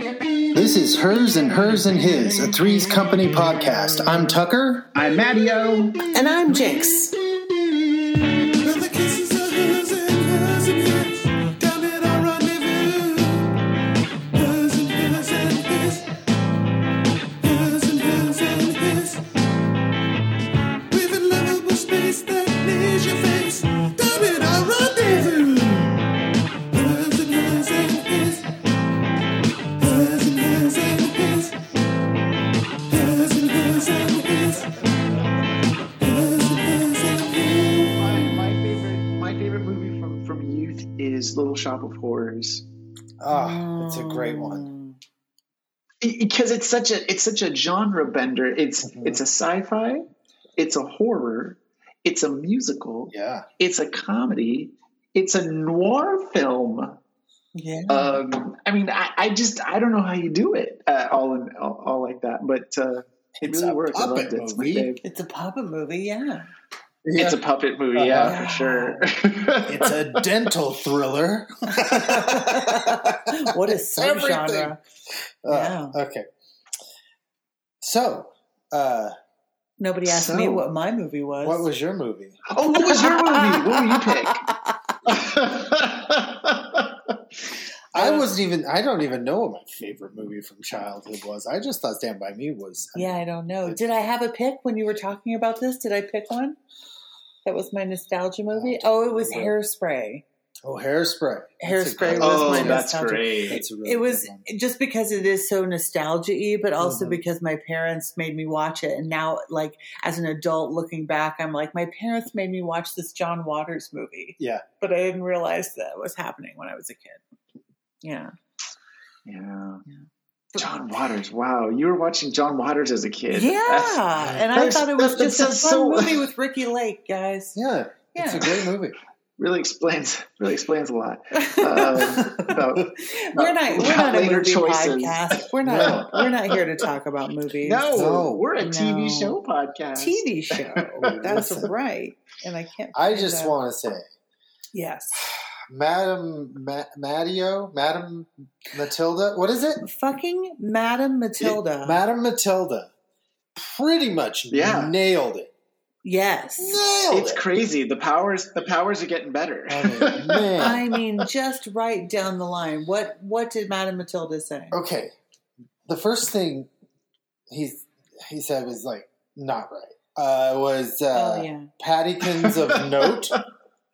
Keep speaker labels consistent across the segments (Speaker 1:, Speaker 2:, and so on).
Speaker 1: This is Hers and Hers and His, a Threes Company podcast. I'm Tucker.
Speaker 2: I'm Mattio.
Speaker 3: And I'm Jinx.
Speaker 2: My favorite, my favorite movie from, from youth is Little Shop of Horrors
Speaker 1: Ah, it's a great one.
Speaker 2: because it's such a it's such a genre bender. It's
Speaker 1: Mhm.
Speaker 2: it's a sci-fi, it's a horror, it's a musical,
Speaker 1: Yeah.
Speaker 2: it's a comedy, it's a noir film.
Speaker 3: Yeah.
Speaker 2: Um, I mean, I, I just I don't know how you do it uh, all in all, all like that, but uh, it
Speaker 1: It's
Speaker 2: really
Speaker 1: a
Speaker 2: works. I
Speaker 1: puppet
Speaker 2: loved it. It's my
Speaker 1: movie.
Speaker 2: fave.
Speaker 3: It's a puppet movie, yeah.
Speaker 2: It's a puppet movie, yeah, for sure.
Speaker 1: Uh-huh. It's a dental thriller.
Speaker 3: what is
Speaker 1: Everything.
Speaker 3: subgenre?
Speaker 1: Uh, Okay. So, uh,
Speaker 3: Nobody asked me
Speaker 2: So,
Speaker 3: what my movie was.
Speaker 1: what was your movie?
Speaker 2: oh, what was your movie? What would you pick?
Speaker 1: I
Speaker 3: Uh,
Speaker 1: wasn't even, I don't even know what my favorite movie from childhood was. I just thought Stand By Me was.
Speaker 3: Yeah, I don't know. Did I have a pick when you were talking about this? Did I pick one? That was my nostalgia movie. Oh, it was Hairspray.
Speaker 1: Oh, Hairspray. That's a
Speaker 3: Hairspray
Speaker 1: great-
Speaker 3: was
Speaker 2: oh,
Speaker 3: my
Speaker 2: that's
Speaker 3: nostalgia.
Speaker 2: great.
Speaker 1: That's a really
Speaker 3: It was
Speaker 1: good one.
Speaker 3: just because it is so nostalgia y, but also
Speaker 1: Mhm.
Speaker 3: because my parents made me watch it. And now, like, as an adult looking back, I'm like, my parents made me watch this John Waters movie.
Speaker 1: Yeah.
Speaker 3: But I didn't realize that was happening when I was a kid. Yeah.
Speaker 2: Yeah.
Speaker 3: Yeah.
Speaker 2: John Waters. Wow, you were watching John Waters as a kid.
Speaker 3: yeah.
Speaker 2: That's-
Speaker 3: and I
Speaker 2: that's-
Speaker 3: thought it was
Speaker 2: that's-
Speaker 3: just a fun
Speaker 2: that's so-
Speaker 3: movie with Ricky Lake, guys.
Speaker 1: Yeah, it's a
Speaker 3: Yeah.
Speaker 1: great movie.
Speaker 2: really explains really explains a lot. Um, about-
Speaker 3: we're not we're
Speaker 2: about
Speaker 3: not a
Speaker 2: later
Speaker 3: movie
Speaker 2: choices.
Speaker 3: podcast. We're not we're not here to talk about movies.
Speaker 2: no,
Speaker 1: No.
Speaker 2: we're a TV
Speaker 3: No.
Speaker 2: show podcast.
Speaker 3: TV show. That's right. And I can't.
Speaker 1: I
Speaker 3: find
Speaker 1: just
Speaker 3: that.
Speaker 1: want to say,
Speaker 3: yes.
Speaker 1: Madam Ma- Mattio, Madam Matilda, what is it?
Speaker 3: Fucking Madam Matilda.
Speaker 1: Madam Matilda pretty much
Speaker 2: Yeah.
Speaker 1: nailed it.
Speaker 3: yes.
Speaker 1: Nailed
Speaker 2: It's
Speaker 1: it.
Speaker 2: crazy. The powers the powers are getting better.
Speaker 1: I mean, man.
Speaker 3: I mean, just right down the line. What What did Madam Matilda say?
Speaker 2: Uh,
Speaker 1: okay. The first thing he he said was like not right. Uh, was uh,
Speaker 3: oh yeah.
Speaker 1: Paddykins of note.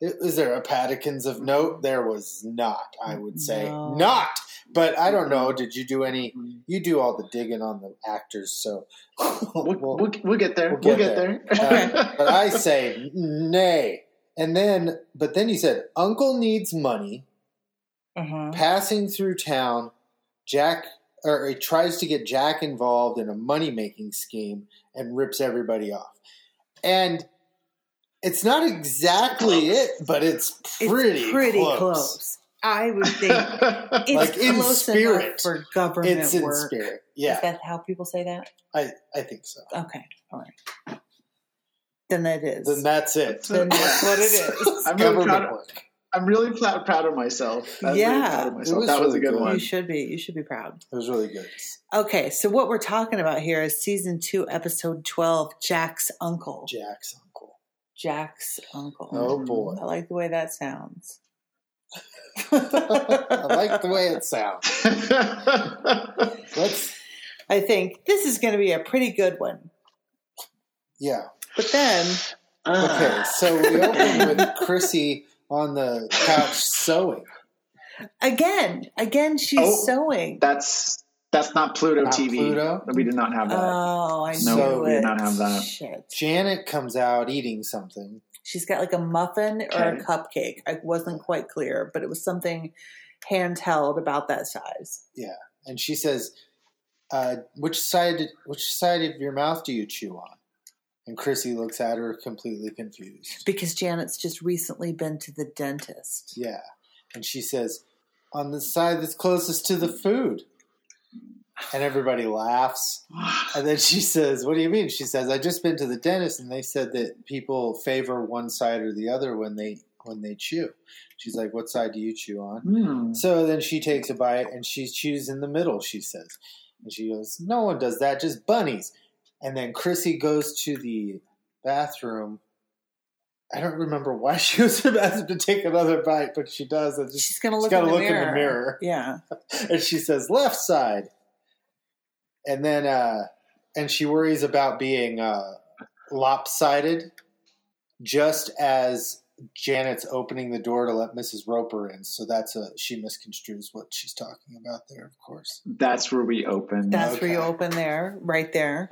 Speaker 1: Is there a Paddykins of note? There was not. I would say
Speaker 3: No.
Speaker 1: not. But I don't know. Did you do any? You do all the digging on the actors, so.
Speaker 2: We'll,
Speaker 1: Well,
Speaker 2: we'll, we'll get there.
Speaker 1: we'll
Speaker 2: We'll
Speaker 1: get
Speaker 2: get, there.
Speaker 1: Uh, but I say nay. And then, but then he said, "Uncle needs money.
Speaker 3: Uh-huh.
Speaker 1: Passing through town, Jack or he tries to get Jack involved in a money making scheme and rips everybody off." And it's not exactly it, but it's pretty,
Speaker 3: it's pretty
Speaker 1: close.
Speaker 3: close. I would think it's
Speaker 1: Like, in
Speaker 3: close enough
Speaker 1: spirit.
Speaker 3: for government
Speaker 1: It's in
Speaker 3: work.
Speaker 1: spirit.
Speaker 3: Is
Speaker 1: Yeah,
Speaker 3: that how people say that?
Speaker 1: I, I think so.
Speaker 3: Okay. All right. Then that is.
Speaker 1: Then that's it.
Speaker 3: Then that's what it is.
Speaker 2: I'm really,
Speaker 1: Government
Speaker 2: proud,
Speaker 1: work.
Speaker 2: I'm really pl- proud of myself. I'm really
Speaker 3: Yeah.
Speaker 2: proud of
Speaker 1: It
Speaker 2: myself.
Speaker 1: was
Speaker 2: that was a
Speaker 1: really
Speaker 2: good
Speaker 1: good.
Speaker 2: one.
Speaker 3: You should be. You should be proud.
Speaker 1: It was really good.
Speaker 3: Okay, so what we're talking about here is season two, episode twelve, Jack's uncle.
Speaker 1: Jack's uncle.
Speaker 3: Jack's uncle.
Speaker 1: Oh boy.
Speaker 3: I like the way that sounds.
Speaker 1: I like the way it sounds. Let's,
Speaker 3: I think this is going to be a pretty good one.
Speaker 1: yeah.
Speaker 3: But then,
Speaker 1: Okay, so we open with Chrissy on the couch sewing.
Speaker 3: again, again, she's
Speaker 2: Oh.
Speaker 3: sewing.
Speaker 2: That's that's not Pluto
Speaker 1: Not
Speaker 2: TV.
Speaker 1: Pluto?
Speaker 2: We did not have that.
Speaker 3: Oh, I
Speaker 1: No,
Speaker 3: know
Speaker 1: we
Speaker 3: knew
Speaker 2: did
Speaker 3: it.
Speaker 2: not have that.
Speaker 3: Shit.
Speaker 1: Janet comes out eating something.
Speaker 3: She's got like a muffin or a
Speaker 2: Okay.
Speaker 3: cupcake. I wasn't quite clear, but it was something handheld about that size.
Speaker 1: and she says, uh, "Which side? Which side of your mouth do you chew on?" And Chrissy looks at her completely confused.
Speaker 3: Because Janet's just recently been to the dentist.
Speaker 1: Yeah, and she says, "On the side that's closest to the food." And everybody laughs. And then she says, "What do you mean?" She says, "I just been to the dentist, and they said that people favor one side or the other when they when they chew. She's like, "What side do you chew on?"
Speaker 2: Hmm.
Speaker 1: So then she takes a bite and she chews in the middle. She says, and she goes, "No one does that, just bunnies." And then Chrissy goes to the bathroom. I don't remember why she was about to take another bite, but she does. And
Speaker 3: She's gonna look,
Speaker 1: gotta
Speaker 3: in, the
Speaker 1: look in the
Speaker 3: mirror.
Speaker 1: mirror.
Speaker 3: Yeah.
Speaker 1: and she says left side and then uh and she worries about being uh lopsided just as janet's opening the door to let mrs roper in so that's a she misconstrues what she's talking about there of course
Speaker 2: That's where we open.
Speaker 3: That's where you
Speaker 1: Okay.
Speaker 3: open there, right there.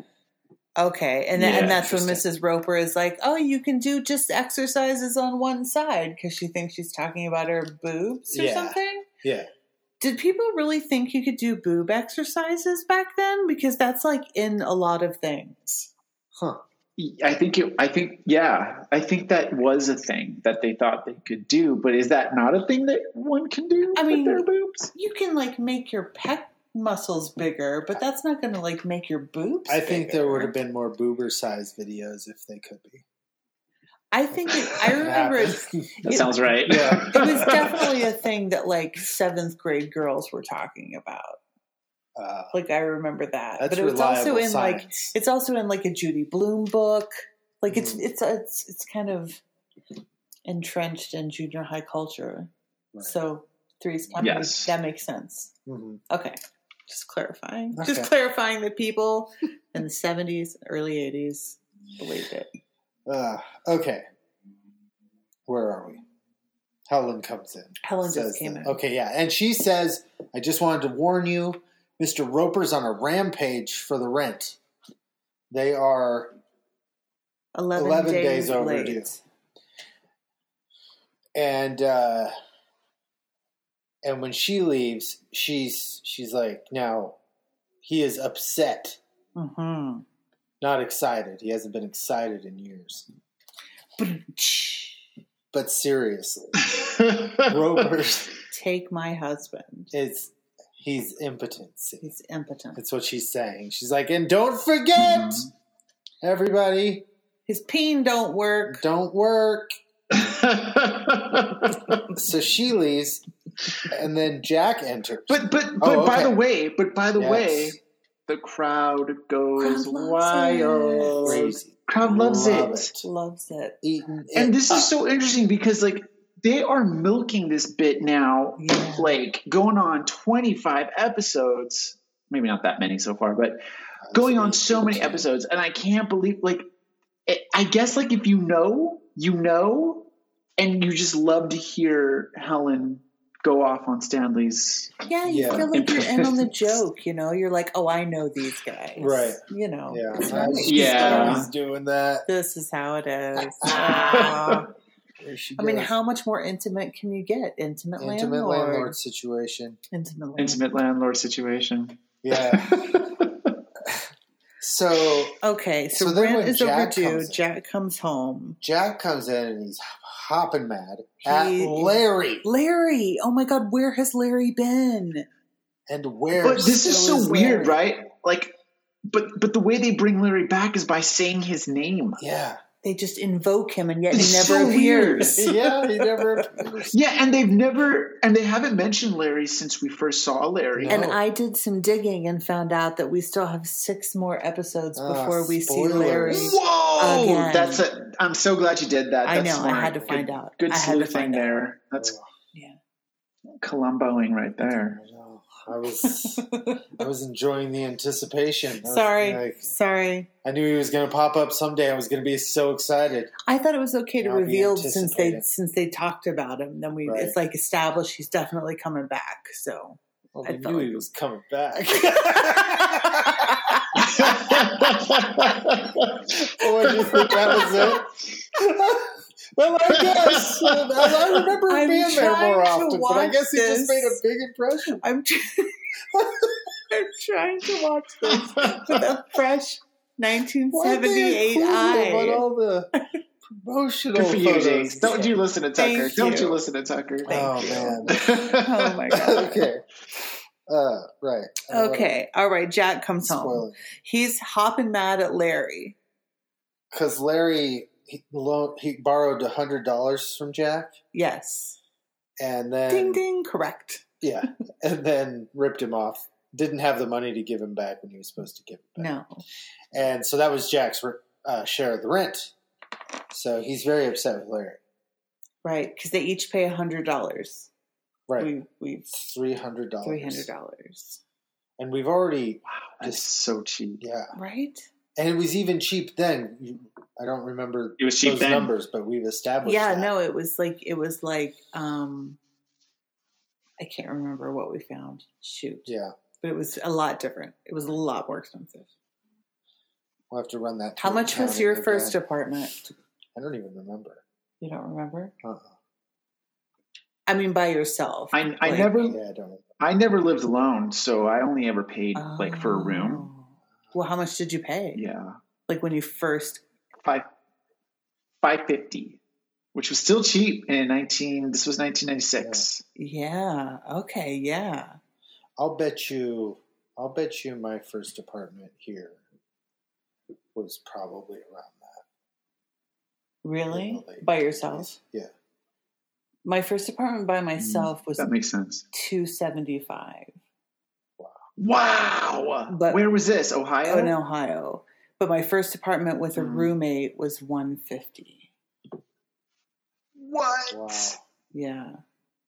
Speaker 3: Okay, and then,
Speaker 2: Yeah,
Speaker 3: and that's when
Speaker 2: interesting.
Speaker 3: Mrs. Roper is like, "Oh, you can do just exercises on one side" because she thinks she's talking about her boobs or
Speaker 1: Yeah.
Speaker 3: something.
Speaker 1: yeah
Speaker 3: Did people really think you could do boob exercises back then? Because that's like in a lot of things.
Speaker 1: huh
Speaker 2: I think it. I think yeah. I think that was a thing that they thought they could do. But is that not a thing that one can do
Speaker 3: I
Speaker 2: with
Speaker 3: mean-
Speaker 2: their boobs?
Speaker 3: You can like make your pec muscles bigger, but that's not going to like make your boobs.
Speaker 1: i think there
Speaker 3: bigger.
Speaker 1: would have been more boober size videos if they could be
Speaker 3: I think it, I
Speaker 1: It
Speaker 3: remember it,
Speaker 1: happened.
Speaker 2: That
Speaker 3: it-
Speaker 2: sounds right.
Speaker 1: Yeah.
Speaker 3: it was definitely a thing that like seventh grade girls were talking about.
Speaker 1: uh,
Speaker 3: Like I remember that,
Speaker 1: that's
Speaker 3: but it was also
Speaker 1: reliable
Speaker 3: in like
Speaker 1: science.
Speaker 3: it's also in like a Judy Bloom book. Like it's
Speaker 1: Mhm.
Speaker 3: it's it's it's kind of entrenched in junior high culture.
Speaker 1: Right.
Speaker 3: So three's company
Speaker 2: Yes.
Speaker 3: that makes sense.
Speaker 1: Mhm.
Speaker 3: Okay, just clarifying, just
Speaker 1: Okay.
Speaker 3: clarifying that people in the seventies, early eighties believed it.
Speaker 1: Uh, okay. Where are we? Helen comes in.
Speaker 3: Helen just
Speaker 1: Says
Speaker 3: came
Speaker 1: that-
Speaker 3: in.
Speaker 1: Okay, yeah. And she says, I just wanted to warn you, Mr. Roper's on a rampage for the rent. They are,
Speaker 3: Eleven,
Speaker 1: 11
Speaker 3: days,
Speaker 1: days overdue.
Speaker 3: late.
Speaker 1: and, uh, and when she leaves, she's, she's like, now he is upset,
Speaker 3: Mm-hmm.
Speaker 1: not excited. He hasn't been excited in years. But seriously, Roper's
Speaker 3: Take my husband.
Speaker 1: is, he's impotency.
Speaker 3: He's impotent.
Speaker 1: That's what she's saying. She's like, and don't forget,
Speaker 2: Mhm.
Speaker 1: everybody,
Speaker 3: His peen don't work.
Speaker 1: don't work. So she leaves, and then Jack enters.
Speaker 2: But but but
Speaker 1: Oh,
Speaker 2: by
Speaker 1: okay.
Speaker 2: the way, but by the
Speaker 1: Yes.
Speaker 2: way, the crowd goes
Speaker 3: Crowd loves
Speaker 2: wild.
Speaker 1: Crazy.
Speaker 2: Crowd loves
Speaker 1: Love
Speaker 2: it.
Speaker 1: it.
Speaker 3: Loves it.
Speaker 1: Eating it
Speaker 2: And this
Speaker 1: up.
Speaker 2: is so interesting because like they are milking this bit now,
Speaker 3: Yeah.
Speaker 2: like going on 25 episodes, maybe not that many so far, but going on so many episodes and I can't believe like it, I guess like if you know, you know and you just love to hear Helen go off on Stanley's
Speaker 3: Yeah, you
Speaker 1: Yeah.
Speaker 3: feel like you're in on the joke, you know? You're like, oh, I know these guys.
Speaker 1: Right.
Speaker 3: You know,
Speaker 1: Yeah,
Speaker 3: It's
Speaker 1: I was
Speaker 3: funny.
Speaker 2: Yeah.
Speaker 1: always doing that.
Speaker 3: this is how it is. Ah.
Speaker 1: There she
Speaker 3: I mean,
Speaker 1: goes.
Speaker 3: how much more intimate can you get? Intimate,
Speaker 1: intimate
Speaker 3: landlord.
Speaker 1: landlord situation?
Speaker 3: Intimate landlord.
Speaker 2: intimate landlord situation.
Speaker 1: Yeah. so
Speaker 3: Okay, so,
Speaker 1: So then
Speaker 3: rent
Speaker 1: when
Speaker 3: is
Speaker 1: Jack
Speaker 3: overdue.
Speaker 1: comes in-
Speaker 3: Jack comes home.
Speaker 1: Jack comes in and he's hopping mad at
Speaker 3: He-
Speaker 1: Larry.
Speaker 3: Larry! Oh my god, where has Larry been?
Speaker 1: And where?
Speaker 2: But this is
Speaker 1: still
Speaker 2: so weird,
Speaker 1: Larry?
Speaker 2: right? Like but but the way they bring Larry back is by saying his name.
Speaker 1: Yeah.
Speaker 3: They just invoke him and yet
Speaker 2: It's
Speaker 3: he never
Speaker 2: so
Speaker 3: appears.
Speaker 1: yeah, he never appears.
Speaker 2: Yeah, and they've never and they haven't mentioned Larry since we first saw Larry.
Speaker 1: No.
Speaker 3: And I did some digging and found out that we still have six more episodes
Speaker 1: Ah,
Speaker 3: before we see
Speaker 1: spoilers.
Speaker 3: Larry.
Speaker 2: Whoa,
Speaker 3: Again.
Speaker 2: that's a. I'm so glad you did that.
Speaker 3: I
Speaker 2: That's
Speaker 3: know. I
Speaker 2: smart.
Speaker 3: had to find
Speaker 2: good,
Speaker 3: out.
Speaker 2: Good
Speaker 3: I had to
Speaker 2: sleuthing
Speaker 3: find out.
Speaker 2: there. That's
Speaker 3: Yeah.
Speaker 2: Columboing right
Speaker 1: I
Speaker 2: there.
Speaker 1: know. I was I was enjoying the anticipation. I was
Speaker 3: Sorry.
Speaker 1: like-
Speaker 3: Sorry.
Speaker 1: I knew he was going to pop up someday. I was going to be so excited.
Speaker 3: I thought it was okay to
Speaker 1: Now be
Speaker 3: reveal since they
Speaker 1: anticipated.
Speaker 3: since they talked about him. Then we
Speaker 1: Right.
Speaker 3: it's like established he's definitely coming back. So
Speaker 1: Well,
Speaker 3: I
Speaker 1: we
Speaker 3: felt
Speaker 1: knew
Speaker 3: like-
Speaker 1: he was coming back. oh, do you think that was it? well, I guess uh, I remember him
Speaker 3: I'm
Speaker 1: being there
Speaker 3: trying
Speaker 1: more
Speaker 3: to
Speaker 1: often, but I
Speaker 3: watch
Speaker 1: guess he
Speaker 3: this.
Speaker 1: just made a big impression.
Speaker 3: I'm tr- I'm trying to watch this with a fresh
Speaker 1: Why'd they
Speaker 3: 1978
Speaker 1: include him on
Speaker 3: eye.
Speaker 1: all the promotional
Speaker 2: Good for you,
Speaker 1: photos.
Speaker 2: Jace. Don't you listen to Tucker?
Speaker 3: Thank
Speaker 2: Don't
Speaker 3: you.
Speaker 2: you listen to Tucker?
Speaker 1: oh
Speaker 3: Thank you.
Speaker 1: man.
Speaker 3: Oh my god.
Speaker 1: okay. Uh, right. Uh,
Speaker 3: Okay. All right. Jack comes home.
Speaker 1: Spoiler.
Speaker 3: He's hopping mad at Larry.
Speaker 1: Because Larry, he, loaned, he borrowed hundred dollars from Jack,
Speaker 3: Yes.
Speaker 1: and then
Speaker 3: ding ding. Correct.
Speaker 1: yeah, and then ripped him off. Didn't have the money to give him back when he was supposed to give it back.
Speaker 3: No.
Speaker 1: and so that was Jack's uh, share of the rent. So he's very upset with Larry.
Speaker 3: Right. Because they each pay a hundred dollars.
Speaker 1: Right,
Speaker 3: We we
Speaker 1: three hundred dollars.
Speaker 3: three hundred dollars.
Speaker 1: and we've already
Speaker 2: Wow, that's so cheap.
Speaker 1: yeah,
Speaker 3: Right.
Speaker 1: and it was even cheap then. I don't remember
Speaker 2: It was cheap
Speaker 1: those
Speaker 2: then.
Speaker 1: numbers, but we've established.
Speaker 3: yeah
Speaker 1: that.
Speaker 3: no it was like it was like um i can't remember what we found shoot
Speaker 1: yeah,
Speaker 3: but it was a lot different it was a lot more expensive
Speaker 1: we'll have to run that.
Speaker 3: how
Speaker 1: through
Speaker 3: much was
Speaker 1: accounting
Speaker 3: your
Speaker 1: again.
Speaker 3: first apartment
Speaker 1: I don't even remember.
Speaker 3: you don't remember
Speaker 1: Uh-uh.
Speaker 3: i mean by yourself
Speaker 2: I, I
Speaker 3: Like-
Speaker 2: never
Speaker 1: Yeah, I don't.
Speaker 2: I never lived alone, so I only ever paid like for a room.
Speaker 3: Oh. well how much did you pay
Speaker 2: Yeah,
Speaker 3: like when you first
Speaker 2: five five fifty, which was still cheap in nineteen. This was nineteen ninety six.
Speaker 3: yeah okay yeah
Speaker 1: I'll bet you. I'll bet you my first apartment here was probably around that.
Speaker 3: really
Speaker 1: Really?
Speaker 3: by yourself
Speaker 1: Yeah.
Speaker 3: my first apartment by myself was
Speaker 2: Mm, That makes sense.
Speaker 3: 275
Speaker 2: Wow.
Speaker 3: But- Oh,
Speaker 2: Where was this? Ohio.
Speaker 3: in Ohio, but my first apartment with a
Speaker 2: Oh. Mm.
Speaker 3: roommate was 150.
Speaker 2: What?
Speaker 1: Wow.
Speaker 3: Yeah.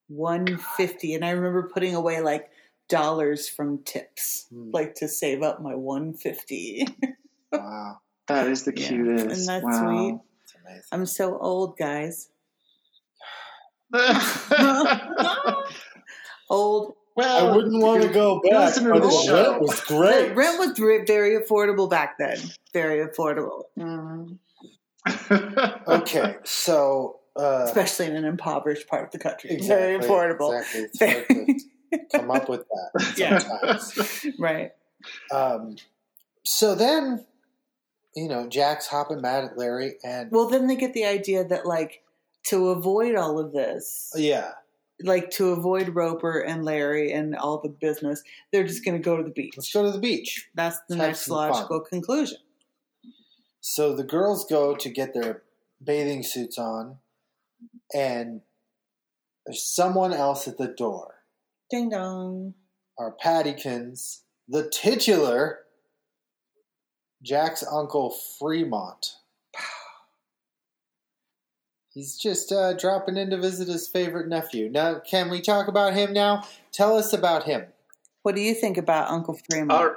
Speaker 3: 150 and I remember putting away like dollars from tips
Speaker 1: Hmm.
Speaker 3: like to save up my 150.
Speaker 1: Wow.
Speaker 2: That is the
Speaker 3: Yeah.
Speaker 2: cutest.
Speaker 3: Isn't that
Speaker 2: wow.
Speaker 1: It's amazing.
Speaker 3: I'm so old, guys. old.
Speaker 2: well,
Speaker 1: I wouldn't want to
Speaker 2: if
Speaker 1: go
Speaker 2: you're
Speaker 1: back,
Speaker 2: listening
Speaker 1: but
Speaker 2: to
Speaker 1: the
Speaker 2: the show.
Speaker 1: rent was
Speaker 3: The
Speaker 1: great.
Speaker 3: rent was re- very affordable back then. Very affordable,
Speaker 2: Mm.
Speaker 3: Oh,
Speaker 1: okay, so uh,
Speaker 3: especially in an impoverished part of the country.
Speaker 1: exactly,
Speaker 3: very affordable.
Speaker 1: Exactly, it's hard to come up with that
Speaker 3: Yeah.
Speaker 1: sometimes.
Speaker 3: Right.
Speaker 1: Um, so then, you know, Jack's hopping mad at Larry, and
Speaker 3: Well, then they get the idea that like to avoid all of this,
Speaker 1: Oh, yeah,
Speaker 3: like to avoid Roper and Larry and all the business, they're just going to go to the
Speaker 1: let's
Speaker 3: beach.
Speaker 1: go to the beach.
Speaker 3: That's the
Speaker 1: Have
Speaker 3: next
Speaker 1: some fun.
Speaker 3: logical conclusion.
Speaker 1: So the girls go to get their bathing suits on, and there's someone else at the door.
Speaker 3: Ding dong.
Speaker 1: Our Pattykins, the titular Jack's uncle Fremont. He's just uh, dropping in to visit his favorite nephew. Now, can we talk about him now? Tell us about him.
Speaker 3: What do you think about Uncle Fremont?
Speaker 2: Our-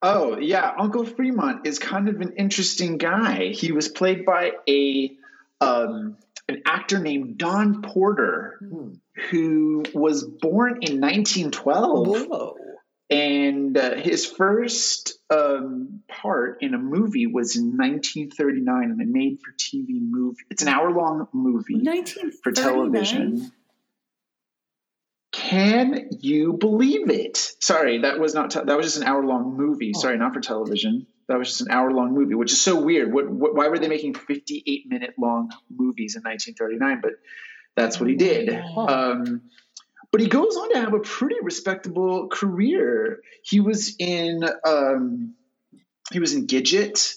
Speaker 2: Uh, oh yeah, Uncle Fremont is kind of an interesting guy. He was played by a um, an actor named Don Porter,
Speaker 1: Hmm.
Speaker 2: who was born in 1912,
Speaker 3: Whoa.
Speaker 2: and uh, his first um, part in a movie was in 1939 in a made-for-TV movie. It's an hour-long movie
Speaker 3: 1939?
Speaker 2: for television. Can you believe it? Sorry, that was not. Te- that was just an hour long movie.
Speaker 1: Oh.
Speaker 2: Sorry, not for television. That was just an hour long movie, which is so weird. What, what? Why were they making fifty eight minute long movies in nineteen thirty nine? But that's what he did.
Speaker 3: Huh.
Speaker 2: Um, but he goes on to have a pretty respectable career. He was in. Um, he was in Gidget.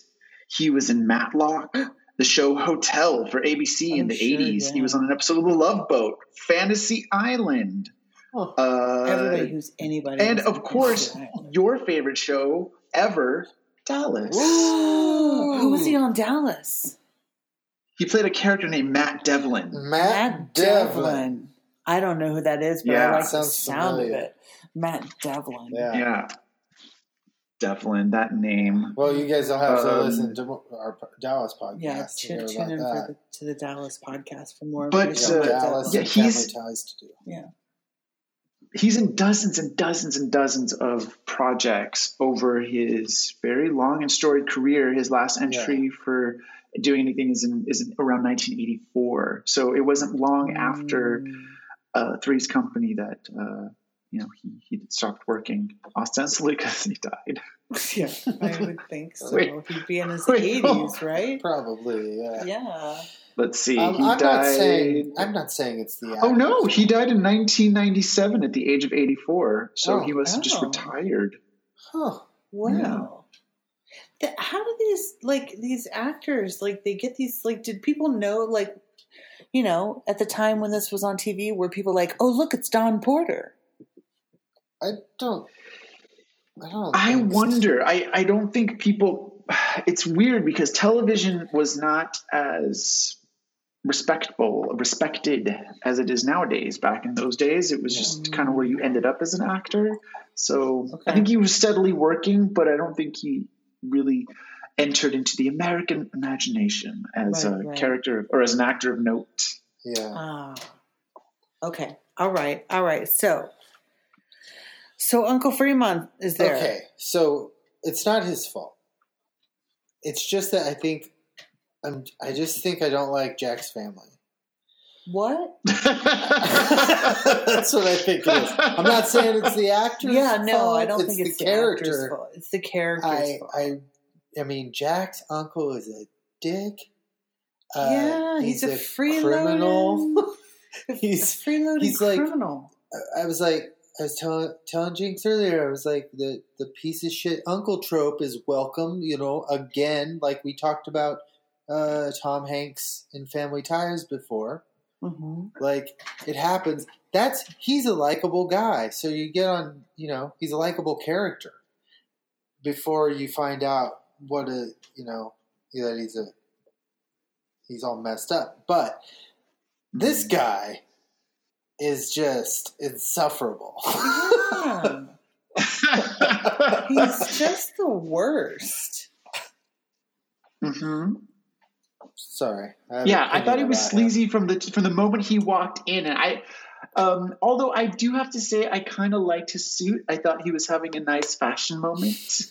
Speaker 2: He was in Matlock, the show Hotel for ABC in
Speaker 3: I'm
Speaker 2: the
Speaker 3: sure,
Speaker 2: 80s. He
Speaker 3: yeah.
Speaker 2: was on an episode of The Love Boat, Fantasy Island.
Speaker 1: Oh.
Speaker 3: Everybody
Speaker 2: Uh,
Speaker 3: who's anybody.
Speaker 2: and
Speaker 3: is-
Speaker 2: of course, your favorite show ever, Dallas.
Speaker 3: Who was he on Dallas?
Speaker 2: He played a character named Matt Devlin.
Speaker 1: Matt, Devlin.
Speaker 3: I don't know who that is, but
Speaker 2: Yeah.
Speaker 3: I like the
Speaker 1: Sounds
Speaker 3: sound
Speaker 1: familiar.
Speaker 3: of it. Matt Devlin.
Speaker 1: Yeah.
Speaker 2: Yeah. Devlin, that name.
Speaker 1: Well, you guys will have to
Speaker 2: Um,
Speaker 1: listen to our Dallas podcast.
Speaker 3: Yeah,
Speaker 1: to
Speaker 3: tune,
Speaker 1: hear
Speaker 3: tune
Speaker 1: about
Speaker 3: in
Speaker 1: that.
Speaker 3: for the, to the Dallas podcast for more
Speaker 2: But,
Speaker 1: He's
Speaker 3: information.
Speaker 1: got
Speaker 2: uh,
Speaker 3: about
Speaker 1: Dallas
Speaker 2: yeah,
Speaker 1: and
Speaker 2: he's-
Speaker 1: family ties to do.
Speaker 2: he's in dozens and dozens and dozens of projects over his very long and storied career. His last entry for doing anything is in is in around 1984. So it wasn't long after
Speaker 3: Mm.
Speaker 2: uh, Three's Company that uh, you know he he stopped working ostensibly because he died.
Speaker 3: Yeah, I would think so.
Speaker 2: Wait.
Speaker 3: He'd be in his
Speaker 2: Wait, no.
Speaker 3: 80s, right?
Speaker 1: Probably, yeah.
Speaker 3: Yeah.
Speaker 2: Let's see,
Speaker 1: Um,
Speaker 2: he
Speaker 1: I'm
Speaker 2: died.
Speaker 1: not saying I'm not saying it's the
Speaker 2: Oh no,
Speaker 1: actors.
Speaker 2: he died in 1997 at the age of 84. So
Speaker 1: Oh.
Speaker 2: he was just
Speaker 3: Oh.
Speaker 2: retired.
Speaker 1: Huh.
Speaker 3: Wow. The, how do these like these actors like they get these like? Did people know like, you know, at the time when this was on TV, were people like, oh look, it's Don Porter?
Speaker 1: I don't. I don't.
Speaker 2: I
Speaker 1: think so.
Speaker 2: wonder. I, I don't think people. It's weird because television was not as respectable, respected as it is nowadays. Back in those days, it was
Speaker 1: Yeah.
Speaker 2: just kind of where you ended up as an actor. So I
Speaker 1: Okay.
Speaker 2: think he was steadily working, but I don't think he really entered into the American imagination as
Speaker 3: Right,
Speaker 2: a
Speaker 3: right.
Speaker 2: character of- or as an actor of note.
Speaker 1: Yeah.
Speaker 3: Ah, okay. All right. All right. So, so Uncle Fremont is there.
Speaker 1: Okay, so it's not his fault. It's just that I think I'm. I just think I don't like Jack's family.
Speaker 3: What?
Speaker 1: That's what I think it is. I'm not saying it's the actor's
Speaker 3: Yeah. No,
Speaker 1: fault,
Speaker 3: I don't think it's the, character's fault. It's the character's
Speaker 1: I,
Speaker 3: fault.
Speaker 1: I, I mean, Jack's uncle is a dick. Uh,
Speaker 3: yeah, he's, a, freeloading.
Speaker 1: He's-
Speaker 3: a freeloading
Speaker 1: he's like-
Speaker 3: criminal.
Speaker 1: I- I was like, I was telling telling Jinx earlier. I was like, the the piece of shit uncle trope is welcome. You know, again, like we talked about uh, Tom Hanks in Family Ties before.
Speaker 3: Mhm.
Speaker 1: Like it happens. That's he's a likable guy. So you get on. You know, he's a likable character before you find out what a you know that he's a he's all messed up. But this guy is just insufferable.
Speaker 3: Yeah. he's just the worst.
Speaker 2: hmm
Speaker 1: Sorry. I have
Speaker 2: yeah
Speaker 1: an
Speaker 2: i thought he
Speaker 1: opinion
Speaker 2: was
Speaker 1: about
Speaker 2: sleazy from the from the moment he walked in and i um, although i do have to say i kind of liked his suit i thought he was having a nice fashion moment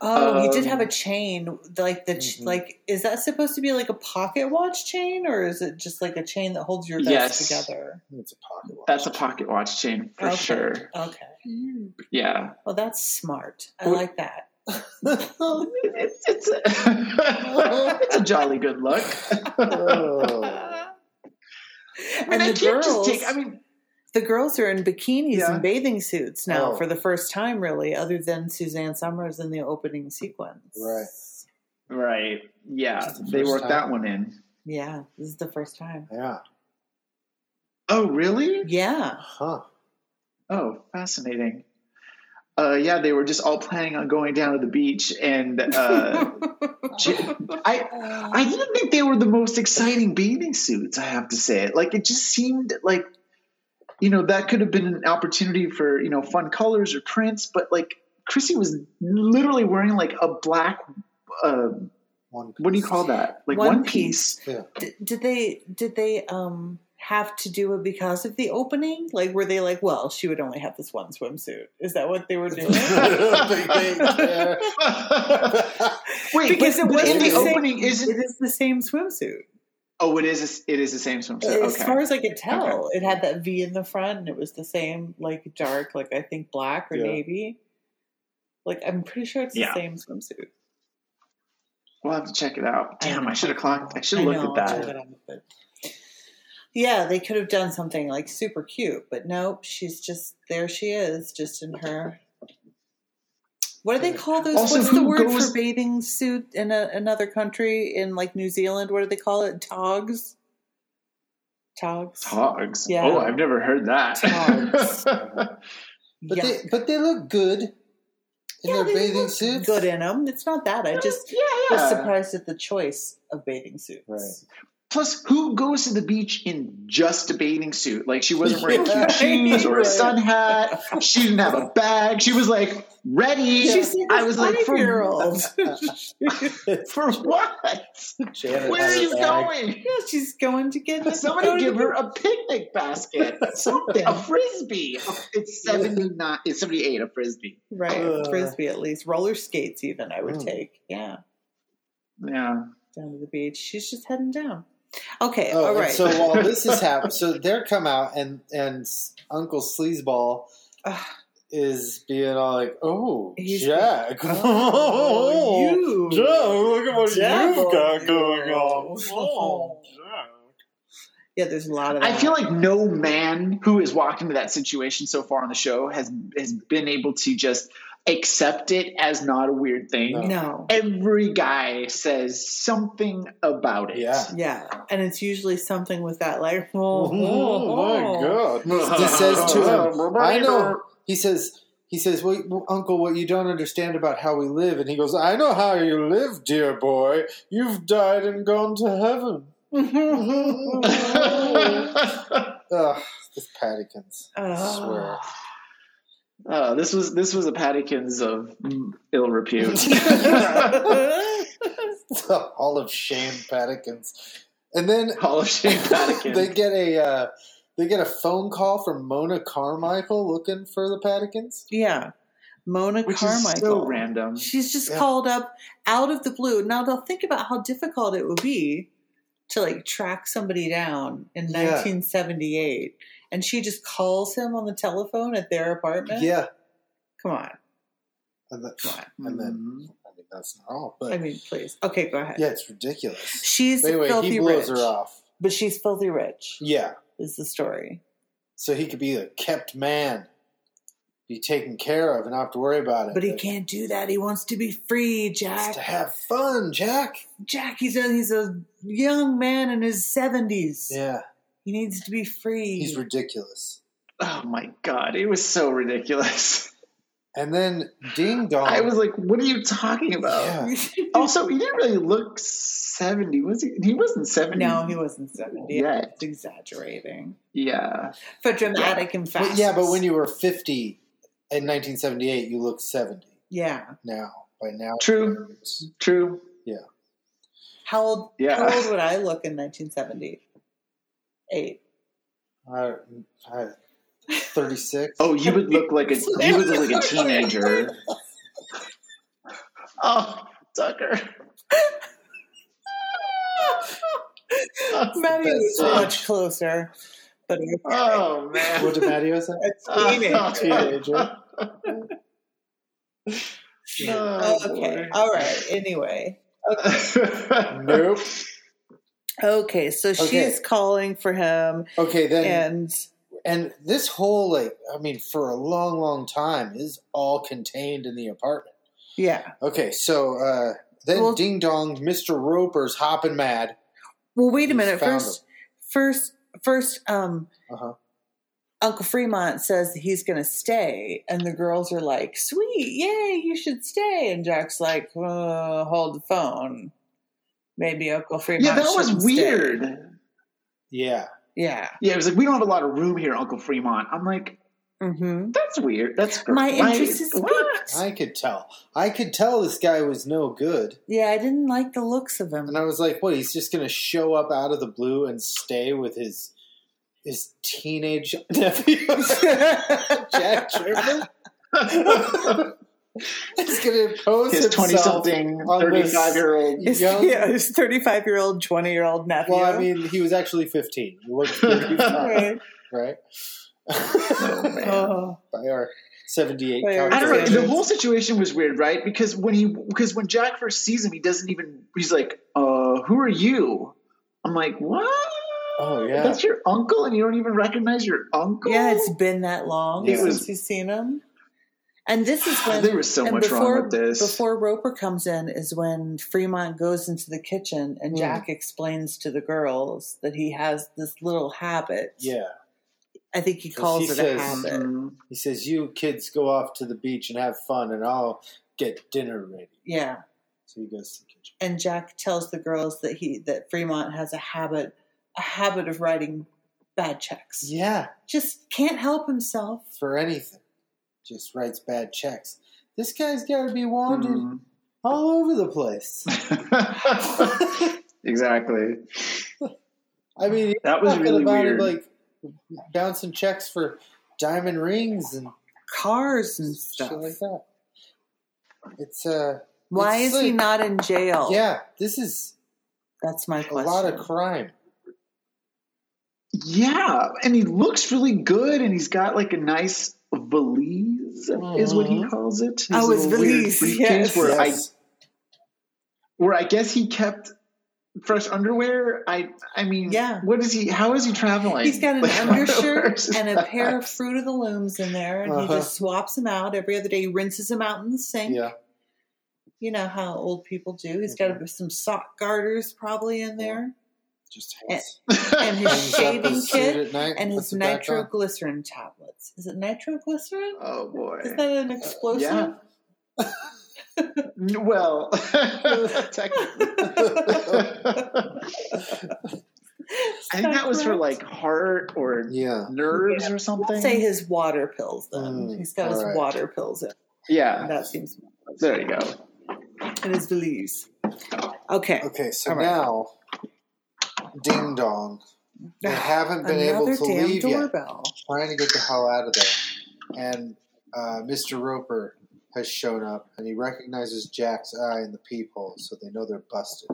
Speaker 3: Oh, he did
Speaker 2: Um,
Speaker 3: have a chain. Like the ch
Speaker 1: Mhm.
Speaker 3: like, is that supposed to be like a pocket watch chain, or is it just like a chain that holds your
Speaker 2: Yes.
Speaker 3: vest together?
Speaker 1: him. It's a pocket watch.
Speaker 2: that's a pocket watch chain for
Speaker 3: Okay.
Speaker 2: sure
Speaker 3: Okay.
Speaker 2: yeah
Speaker 3: Well, that's smart. I
Speaker 2: Well-
Speaker 3: like that.
Speaker 2: it's, it's, a, it's a jolly good look
Speaker 1: Oh.
Speaker 2: I mean,
Speaker 3: And
Speaker 2: I
Speaker 3: the
Speaker 2: can't just
Speaker 3: girls-
Speaker 2: take. I mean,
Speaker 3: The girls are in bikinis
Speaker 2: Yeah.
Speaker 3: and bathing suits now
Speaker 1: Oh.
Speaker 3: for the first time, really, other than Suzanne Summers in the opening sequence.
Speaker 1: Right.
Speaker 2: right? Yeah,
Speaker 1: It's the
Speaker 2: they
Speaker 1: first
Speaker 2: worked
Speaker 1: time.
Speaker 2: that one in.
Speaker 3: Yeah, this is the first time.
Speaker 1: yeah.
Speaker 2: Oh, really?
Speaker 3: Yeah.
Speaker 1: Huh.
Speaker 2: Oh, fascinating. Uh, yeah, they were just all planning on going down to the beach, and uh, j- I I didn't think they were the most exciting bathing suits. I have to say, like it just seemed like you know that could have been an opportunity for you know fun colors or prints, but like Chrissy was literally wearing like a black. Uh,
Speaker 1: One
Speaker 2: what do you call that? Like
Speaker 3: One
Speaker 2: one,
Speaker 3: piece.
Speaker 2: piece.
Speaker 3: D- did they did they um have to do it because of the opening? Like, were they like, well, she would only have this one swimsuit? Is that what they were doing?
Speaker 2: Wait,
Speaker 3: because it
Speaker 2: but
Speaker 3: was
Speaker 2: in
Speaker 3: the
Speaker 2: the
Speaker 3: same-
Speaker 2: opening,
Speaker 3: it
Speaker 2: isn't?
Speaker 3: is the same swimsuit.
Speaker 2: Oh, it is. It is the same swimsuit.
Speaker 3: as
Speaker 2: okay.
Speaker 3: far as I could tell, it had that V in the front, and it was the same, like dark, like I think black or
Speaker 1: Yeah.
Speaker 3: navy. Like I'm pretty sure it's the
Speaker 2: Yeah.
Speaker 3: same swimsuit.
Speaker 2: We'll have to check it out. Damn, I should have clocked. I should
Speaker 3: I
Speaker 2: have
Speaker 3: know,
Speaker 2: looked
Speaker 3: I'll
Speaker 2: at
Speaker 3: check
Speaker 2: that.
Speaker 3: it out, but- yeah, they could have done something like super cute, but nope. She's just there. She is just in her. What do they call those?
Speaker 2: Also,
Speaker 3: What's the
Speaker 2: who
Speaker 3: word
Speaker 2: goes-
Speaker 3: for bathing suit in a, another country? In like New Zealand, what do they call it? Togs. Togs.
Speaker 2: Togs.
Speaker 3: Yeah.
Speaker 2: Oh, I've never heard that.
Speaker 3: Togs.
Speaker 1: But
Speaker 3: Yeah.
Speaker 1: they but they look good in their
Speaker 3: they
Speaker 1: bathing
Speaker 3: look
Speaker 1: suits.
Speaker 3: Good in them. It's not that. I just
Speaker 2: yeah,
Speaker 3: was
Speaker 2: yeah.
Speaker 3: surprised at the choice of bathing suits.
Speaker 1: Right.
Speaker 2: Plus, who goes to the beach in just a bathing suit? Like she wasn't wearing
Speaker 1: Yeah.
Speaker 2: cute shoes or a
Speaker 1: Right.
Speaker 2: sun hat. She didn't have a bag. She was like ready.
Speaker 3: She's like
Speaker 2: I was like, for,
Speaker 3: year old.
Speaker 2: for what?
Speaker 1: Janet
Speaker 2: Where
Speaker 1: had
Speaker 2: are
Speaker 1: a
Speaker 2: you
Speaker 1: bag.
Speaker 2: going?
Speaker 3: yeah, she's going to get go
Speaker 2: Somebody
Speaker 3: to
Speaker 2: give
Speaker 3: the-
Speaker 2: her a picnic basket, something, a frisbee. It's seventy nine. It's seventy eight. A frisbee.
Speaker 3: right
Speaker 1: Uh.
Speaker 3: frisbee at least roller skates. Even I would
Speaker 1: Mm.
Speaker 3: take yeah
Speaker 2: Yeah.
Speaker 3: down to the beach. She's just heading down. Okay,
Speaker 1: Oh,
Speaker 3: all
Speaker 1: and
Speaker 3: right.
Speaker 1: So while this is happening, so they're come out and and Uncle Sleazeball
Speaker 3: Ugh.
Speaker 1: is being all like, "Oh,
Speaker 3: He's-
Speaker 1: Jack,
Speaker 3: Oh, you.
Speaker 1: Jack, look at what
Speaker 3: Devil,
Speaker 1: you've got
Speaker 3: you.
Speaker 1: going on." Oh, Jack.
Speaker 3: yeah, there's a lot of. That.
Speaker 2: I feel like no man who has walked into that situation so far on the show has has been able to just accept it as not a weird thing.
Speaker 1: No.
Speaker 3: No.
Speaker 2: Every guy says something about it.
Speaker 1: Yeah.
Speaker 3: Yeah. And it's usually something with that like, oh,
Speaker 1: Oh, my god!
Speaker 3: Mm-hmm.
Speaker 1: This says to him, I know. He says, he says, well, well, Uncle, what you don't understand about how we live, and he goes, I know how you live, dear boy. You've died and gone to heaven.
Speaker 3: god.
Speaker 1: Ugh, this Paddykins. I swear.
Speaker 3: oh.
Speaker 2: Uh, this was this was a Paddykins of ill repute.
Speaker 1: the
Speaker 3: Ah.
Speaker 1: Hall of Shame Paddykins. And then
Speaker 2: Hall of Shame Paddykins.
Speaker 1: they get a uh, they get a phone call from Mona Carmichael looking for the Paddykins.
Speaker 3: yeah. Mona
Speaker 2: which
Speaker 3: Carmichael.
Speaker 2: is so random.
Speaker 3: She's just
Speaker 1: Yeah.
Speaker 3: called up out of the blue. Now they'll think about how difficult it would be to like track somebody down in
Speaker 1: Yeah.
Speaker 3: 1978, and she just calls him on the telephone at their apartment.
Speaker 1: Yeah,
Speaker 3: come on,
Speaker 1: and, the,
Speaker 3: come
Speaker 1: and then
Speaker 2: Mhm.
Speaker 1: I mean that's not all,
Speaker 3: on.
Speaker 1: but
Speaker 3: I mean, please. Okay, go ahead.
Speaker 1: yeah, it's ridiculous.
Speaker 3: She's
Speaker 1: But anyway,
Speaker 3: filthy
Speaker 1: he blows
Speaker 3: rich,
Speaker 1: her off.
Speaker 3: but she's filthy rich.
Speaker 1: Yeah,
Speaker 3: Is the story?
Speaker 1: so he could be a kept man, be taken care of, and not have to worry about it.
Speaker 3: But he can't do that. He wants to be free,
Speaker 1: Just
Speaker 3: Jack.
Speaker 1: to have fun, Jack.
Speaker 3: Jack, he's a he's a young man in his 70s.
Speaker 1: Yeah,
Speaker 3: He needs to be free.
Speaker 1: he's ridiculous.
Speaker 2: Oh my god, it was so ridiculous.
Speaker 1: And then Ding Dong.
Speaker 2: I was like, "What are you talking about?"
Speaker 1: Yeah. Oh,
Speaker 2: Also, Oh, he didn't really look seventy, was he? He wasn't seventy.
Speaker 3: No, he wasn't 70.
Speaker 2: Yeah.
Speaker 3: It's exaggerating.
Speaker 2: Yeah,
Speaker 3: For dramatic and
Speaker 1: But
Speaker 3: fast.
Speaker 1: yeah, but when you were 50 in 1978, you look 70
Speaker 3: Yeah.
Speaker 1: now. By now,
Speaker 2: True. true.
Speaker 3: How old, how
Speaker 2: Yeah,
Speaker 3: old would I look in 1978?
Speaker 1: I, I, 36.
Speaker 2: Oh, you would look like a you would look like a teenager. Oh, Tucker.
Speaker 3: Maddie was
Speaker 1: best
Speaker 3: much closer. But
Speaker 2: Oh man.
Speaker 1: What did Matteo say?
Speaker 3: a teenager.
Speaker 1: Teenager.
Speaker 2: Oh,
Speaker 3: Oh, okay.
Speaker 2: boy.
Speaker 3: All right. Anyway.
Speaker 1: Nope.
Speaker 3: Okay. So she's
Speaker 1: Okay.
Speaker 3: calling for him.
Speaker 1: Okay, then.
Speaker 3: And
Speaker 1: And this whole, like, I mean, for a long, long time is all contained in the apartment.
Speaker 3: yeah.
Speaker 1: Okay, so uh, then
Speaker 3: Well-
Speaker 1: Ding Dong, Mr. Roper's hopping mad.
Speaker 3: Well, wait a
Speaker 1: He's
Speaker 3: minute.
Speaker 1: found
Speaker 3: First, first, first, um,
Speaker 1: Uh-huh.
Speaker 3: Uncle Fremont says that he's going to stay, and the girls are like, "Sweet, yay, you should stay." And Jack's like, uh, "Hold the phone, maybe Uncle Fremont."
Speaker 2: Yeah, that was
Speaker 3: shouldn't stay."
Speaker 2: weird.
Speaker 1: Yeah.
Speaker 3: Yeah.
Speaker 2: Yeah, it was like we don't have a lot of room here, Uncle Fremont. I'm like,
Speaker 3: Mm-hmm.
Speaker 2: that's weird. That's gr-
Speaker 3: My
Speaker 2: why-
Speaker 3: interest is
Speaker 2: what?
Speaker 3: piqued.
Speaker 1: I could tell. I could tell this guy was no good.
Speaker 3: Yeah, I didn't like the looks of him.
Speaker 1: And I was like, what, he's just going to show up out of the blue and stay with his his teenage nephew, Jack Sherman? he's going to impose
Speaker 2: His
Speaker 1: himself.
Speaker 2: twenty something,
Speaker 1: on
Speaker 2: thirty
Speaker 1: this-
Speaker 2: five year old.
Speaker 3: His,
Speaker 1: young-
Speaker 3: yeah, his thirty-five-year-old, twenty-year-old nephew.
Speaker 1: Well, I mean, uh, he was actually 15. He looked 35,
Speaker 3: Right.
Speaker 1: right?
Speaker 2: Oh, man.
Speaker 3: Oh.
Speaker 1: By our 78
Speaker 3: By our
Speaker 2: I don't know.
Speaker 1: calculations.
Speaker 2: The whole situation was weird, right? Because when he because when Jack first sees him, he doesn't even he's like, uh, who are you? I'm like, what?
Speaker 1: Oh, yeah.
Speaker 2: That's your uncle and you don't even recognize your uncle?
Speaker 3: Yeah, it's been that long
Speaker 1: It
Speaker 3: since
Speaker 2: was-
Speaker 3: you've seen him. And this is when
Speaker 2: Ah, there was so
Speaker 3: and
Speaker 2: much wrong with this.
Speaker 3: Before Roper comes in is when Fremont goes into the kitchen and
Speaker 1: Hmm.
Speaker 3: Jack explains to the girls that he has this little habit.
Speaker 1: Yeah.
Speaker 3: I think he
Speaker 1: Yes,
Speaker 3: calls
Speaker 1: he
Speaker 3: it
Speaker 1: says-
Speaker 3: a habit.
Speaker 2: Mhm.
Speaker 1: He says, you kids go off to the beach and have fun, and I'll get dinner ready.
Speaker 3: Yeah.
Speaker 1: So he goes to the kitchen.
Speaker 3: And Jack tells the girls that he that Fremont has a habit a habit of writing bad checks.
Speaker 1: Yeah.
Speaker 3: Just can't help himself.
Speaker 1: for anything. Just writes bad checks. This guy's got to be wandered
Speaker 2: Mhm.
Speaker 1: all over the place.
Speaker 2: Mm-hmm. exactly.
Speaker 1: I mean, you're
Speaker 2: That was
Speaker 1: talking
Speaker 2: really
Speaker 1: about him,
Speaker 2: weird.
Speaker 1: like bouncing checks for diamond rings and
Speaker 3: Cars and stuff.
Speaker 1: shit like that. It's uh,
Speaker 3: Why
Speaker 1: It's
Speaker 3: is he
Speaker 1: like-
Speaker 3: not in jail?
Speaker 1: yeah, this is
Speaker 3: That's my
Speaker 1: a
Speaker 3: question.
Speaker 1: lot of crime.
Speaker 2: yeah, and he looks really good, and he's got like a nice valise, is what he
Speaker 1: Mhm.
Speaker 2: calls it.
Speaker 3: Oh, his
Speaker 2: little weird
Speaker 3: valise,
Speaker 2: briefcase
Speaker 3: yes.
Speaker 2: Where I
Speaker 1: Yes.
Speaker 2: where I guess he kept fresh underwear. I I mean,
Speaker 3: Yeah.
Speaker 2: What is he? How is he traveling?
Speaker 3: He's got an
Speaker 2: Like,
Speaker 3: undershirt
Speaker 2: where's
Speaker 3: and a
Speaker 2: that?
Speaker 3: pair of Fruit of the Looms in there, and he
Speaker 1: Uh-huh.
Speaker 3: just swaps them out every other day. He rinses them out in the sink.
Speaker 1: Yeah.
Speaker 3: You know how old people do. He's got
Speaker 1: Mm-hmm.
Speaker 3: a- some sock garters probably in there,
Speaker 1: Just hangs,
Speaker 3: and his
Speaker 1: hangs up
Speaker 3: shaving
Speaker 1: his
Speaker 3: kit
Speaker 1: suit at night
Speaker 3: and
Speaker 1: puts
Speaker 3: his
Speaker 1: it back uh, on.
Speaker 3: nitroglycerin tablets. Is it nitroglycerin?
Speaker 2: oh boy.
Speaker 3: Is that
Speaker 1: Uh,
Speaker 3: an explosive?
Speaker 2: yeah. N- well, technically. I think that was for like heart or
Speaker 1: Yeah.
Speaker 2: nerves or something.
Speaker 3: I'll say his water pills then.
Speaker 1: Mm,
Speaker 3: He's got his
Speaker 1: alright.
Speaker 3: water pills in.
Speaker 2: yeah,
Speaker 3: That seems
Speaker 2: there you go.
Speaker 3: in his valise. Okay.
Speaker 1: Okay, so
Speaker 3: All right.
Speaker 1: now, ding dong. They haven't been able
Speaker 3: Another
Speaker 1: to
Speaker 3: damn
Speaker 1: leave yet.
Speaker 3: doorbell.
Speaker 1: Trying to get the hell out of there, and uh, Mr. Roper has shown up, and he recognizes Jack's eye in the peephole, so they know they're busted.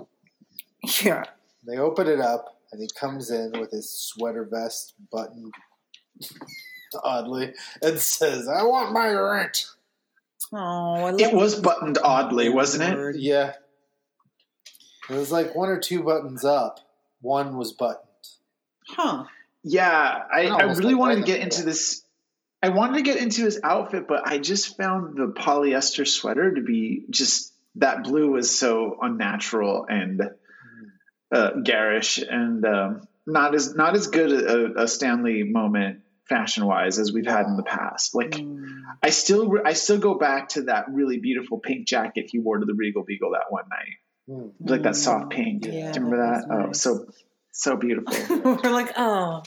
Speaker 3: Yeah.
Speaker 1: They open it up, and he comes in with his sweater vest buttoned oddly, and says, "I want my rent."
Speaker 3: Oh, I love
Speaker 2: It was buttoned oddly, wasn't it?
Speaker 1: Yeah, it was like one or two buttons up. One was buttoned.
Speaker 3: Huh.
Speaker 2: Yeah, I,
Speaker 1: I
Speaker 2: I
Speaker 1: almost
Speaker 2: really
Speaker 1: like
Speaker 2: wanted to
Speaker 1: that.
Speaker 2: get into this. I wanted to get into his outfit, but I just found the polyester sweater to be just that blue was so unnatural and uh, garish, and um, not as not as good a, a Stanley moment fashion wise as we've had in the past. Like
Speaker 3: Mm.
Speaker 2: I still I still go back to that really beautiful pink jacket he wore to the Regal Beagle that one night,
Speaker 1: Hmm.
Speaker 2: It was like that soft pink.
Speaker 1: Yeah,
Speaker 2: Do you remember that?
Speaker 3: that was
Speaker 2: Oh,
Speaker 3: nice.
Speaker 2: so so beautiful.
Speaker 3: We're like, oh,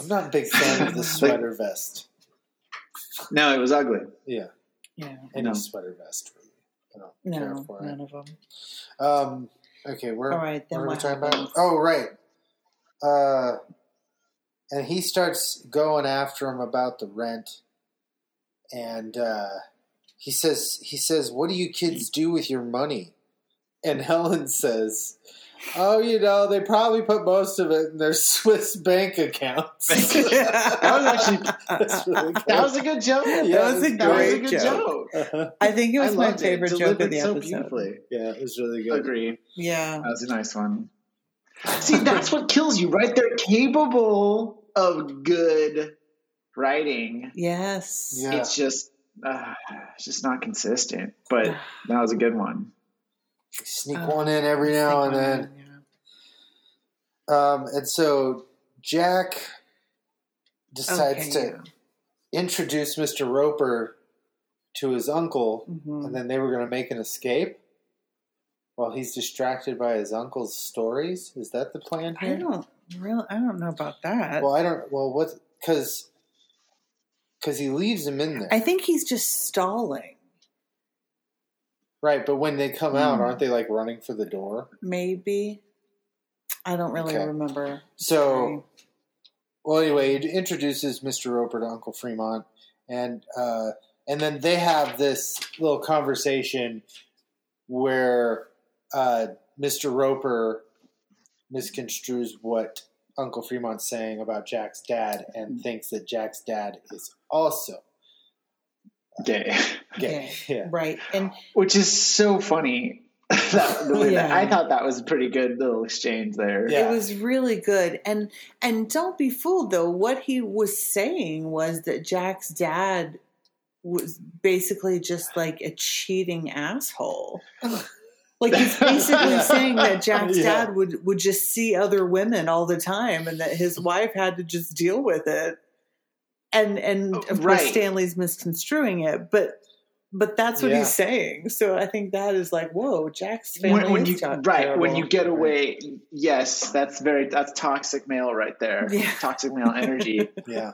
Speaker 1: I'm not a big fan of the
Speaker 3: Like-
Speaker 1: sweater vest.
Speaker 2: no, it was ugly.
Speaker 1: Yeah,
Speaker 3: yeah.
Speaker 1: any
Speaker 2: No.
Speaker 1: sweater vest. Really. I don't care
Speaker 3: No,
Speaker 1: for
Speaker 3: none
Speaker 1: it.
Speaker 3: of them.
Speaker 1: Um, okay, we're
Speaker 3: All right,
Speaker 1: what
Speaker 3: then
Speaker 1: are we
Speaker 3: what
Speaker 1: talking about?
Speaker 3: happens?
Speaker 1: Oh, right. Uh, and he starts going after him about the rent, and uh, he says, "He says, what do you kids do with your money?" And Helen says, "Oh, you know, they probably put most of it in their Swiss bank accounts."
Speaker 2: That was actually
Speaker 1: That's really good.
Speaker 2: that was a good joke.
Speaker 1: Yeah,
Speaker 3: was a
Speaker 2: that was a
Speaker 3: great
Speaker 2: good
Speaker 3: joke.
Speaker 2: joke.
Speaker 3: I think it was
Speaker 2: I
Speaker 3: my
Speaker 2: loved
Speaker 3: favorite
Speaker 2: it.
Speaker 3: joke of
Speaker 2: Delivered
Speaker 3: the
Speaker 2: so
Speaker 3: episode.
Speaker 2: beautifully.
Speaker 1: yeah, it was really good.
Speaker 2: Agree.
Speaker 3: Yeah.
Speaker 2: That was a nice one. See, that's what kills you, right? They're capable of good writing.
Speaker 3: Yes.
Speaker 1: Yeah.
Speaker 2: It's just uh, it's just not consistent. But that was a good one.
Speaker 1: Sneak
Speaker 3: Oh,
Speaker 1: one in every now and then. Um, and so Jack decides
Speaker 3: Okay,
Speaker 1: to
Speaker 3: yeah.
Speaker 1: introduce Mr. Roper to his uncle,
Speaker 3: Mhm.
Speaker 1: and then they were going to make an escape while he's distracted by his uncle's stories. Is that the plan
Speaker 3: I
Speaker 1: here?
Speaker 3: don't really. I don't know about that.
Speaker 1: Well, I don't. Well, what? Because because he leaves him in there,
Speaker 3: I think he's just stalling.
Speaker 1: right? But when they come out,
Speaker 3: Mm.
Speaker 2: Hmm.
Speaker 1: aren't they like running for the door?
Speaker 3: Maybe. I don't really
Speaker 1: Okay.
Speaker 3: remember.
Speaker 1: So, well, anyway, he introduces Mr. Roper to Uncle Fremont, and uh, and then they have this little conversation where uh, Mr. Roper misconstrues what Uncle Fremont's saying about Jack's dad and thinks that Jack's dad is also
Speaker 2: Gay.
Speaker 1: gay. Yeah.
Speaker 3: Right. And
Speaker 2: Which is so funny. that, the way that-
Speaker 3: Yeah.
Speaker 2: I thought that was a pretty good little exchange there.
Speaker 1: Yeah.
Speaker 3: it was really good. And and don't be fooled though. What he was saying was that Jack's dad was basically just like a cheating asshole. Like he's basically saying that Jack's
Speaker 1: Yeah.
Speaker 3: dad would would just see other women all the time, and that his wife had to just deal with it. And and of
Speaker 2: Right.
Speaker 3: course Stanley's misconstruing it, but but that's what
Speaker 1: Yeah.
Speaker 3: he's saying. So I think that is like, whoa, Jack's family
Speaker 2: When, when
Speaker 3: is
Speaker 2: you
Speaker 3: got
Speaker 2: right when
Speaker 3: terrible.
Speaker 2: you get away, yes, that's very that's toxic male right there.
Speaker 3: Yeah.
Speaker 2: Toxic male energy.
Speaker 1: Yeah.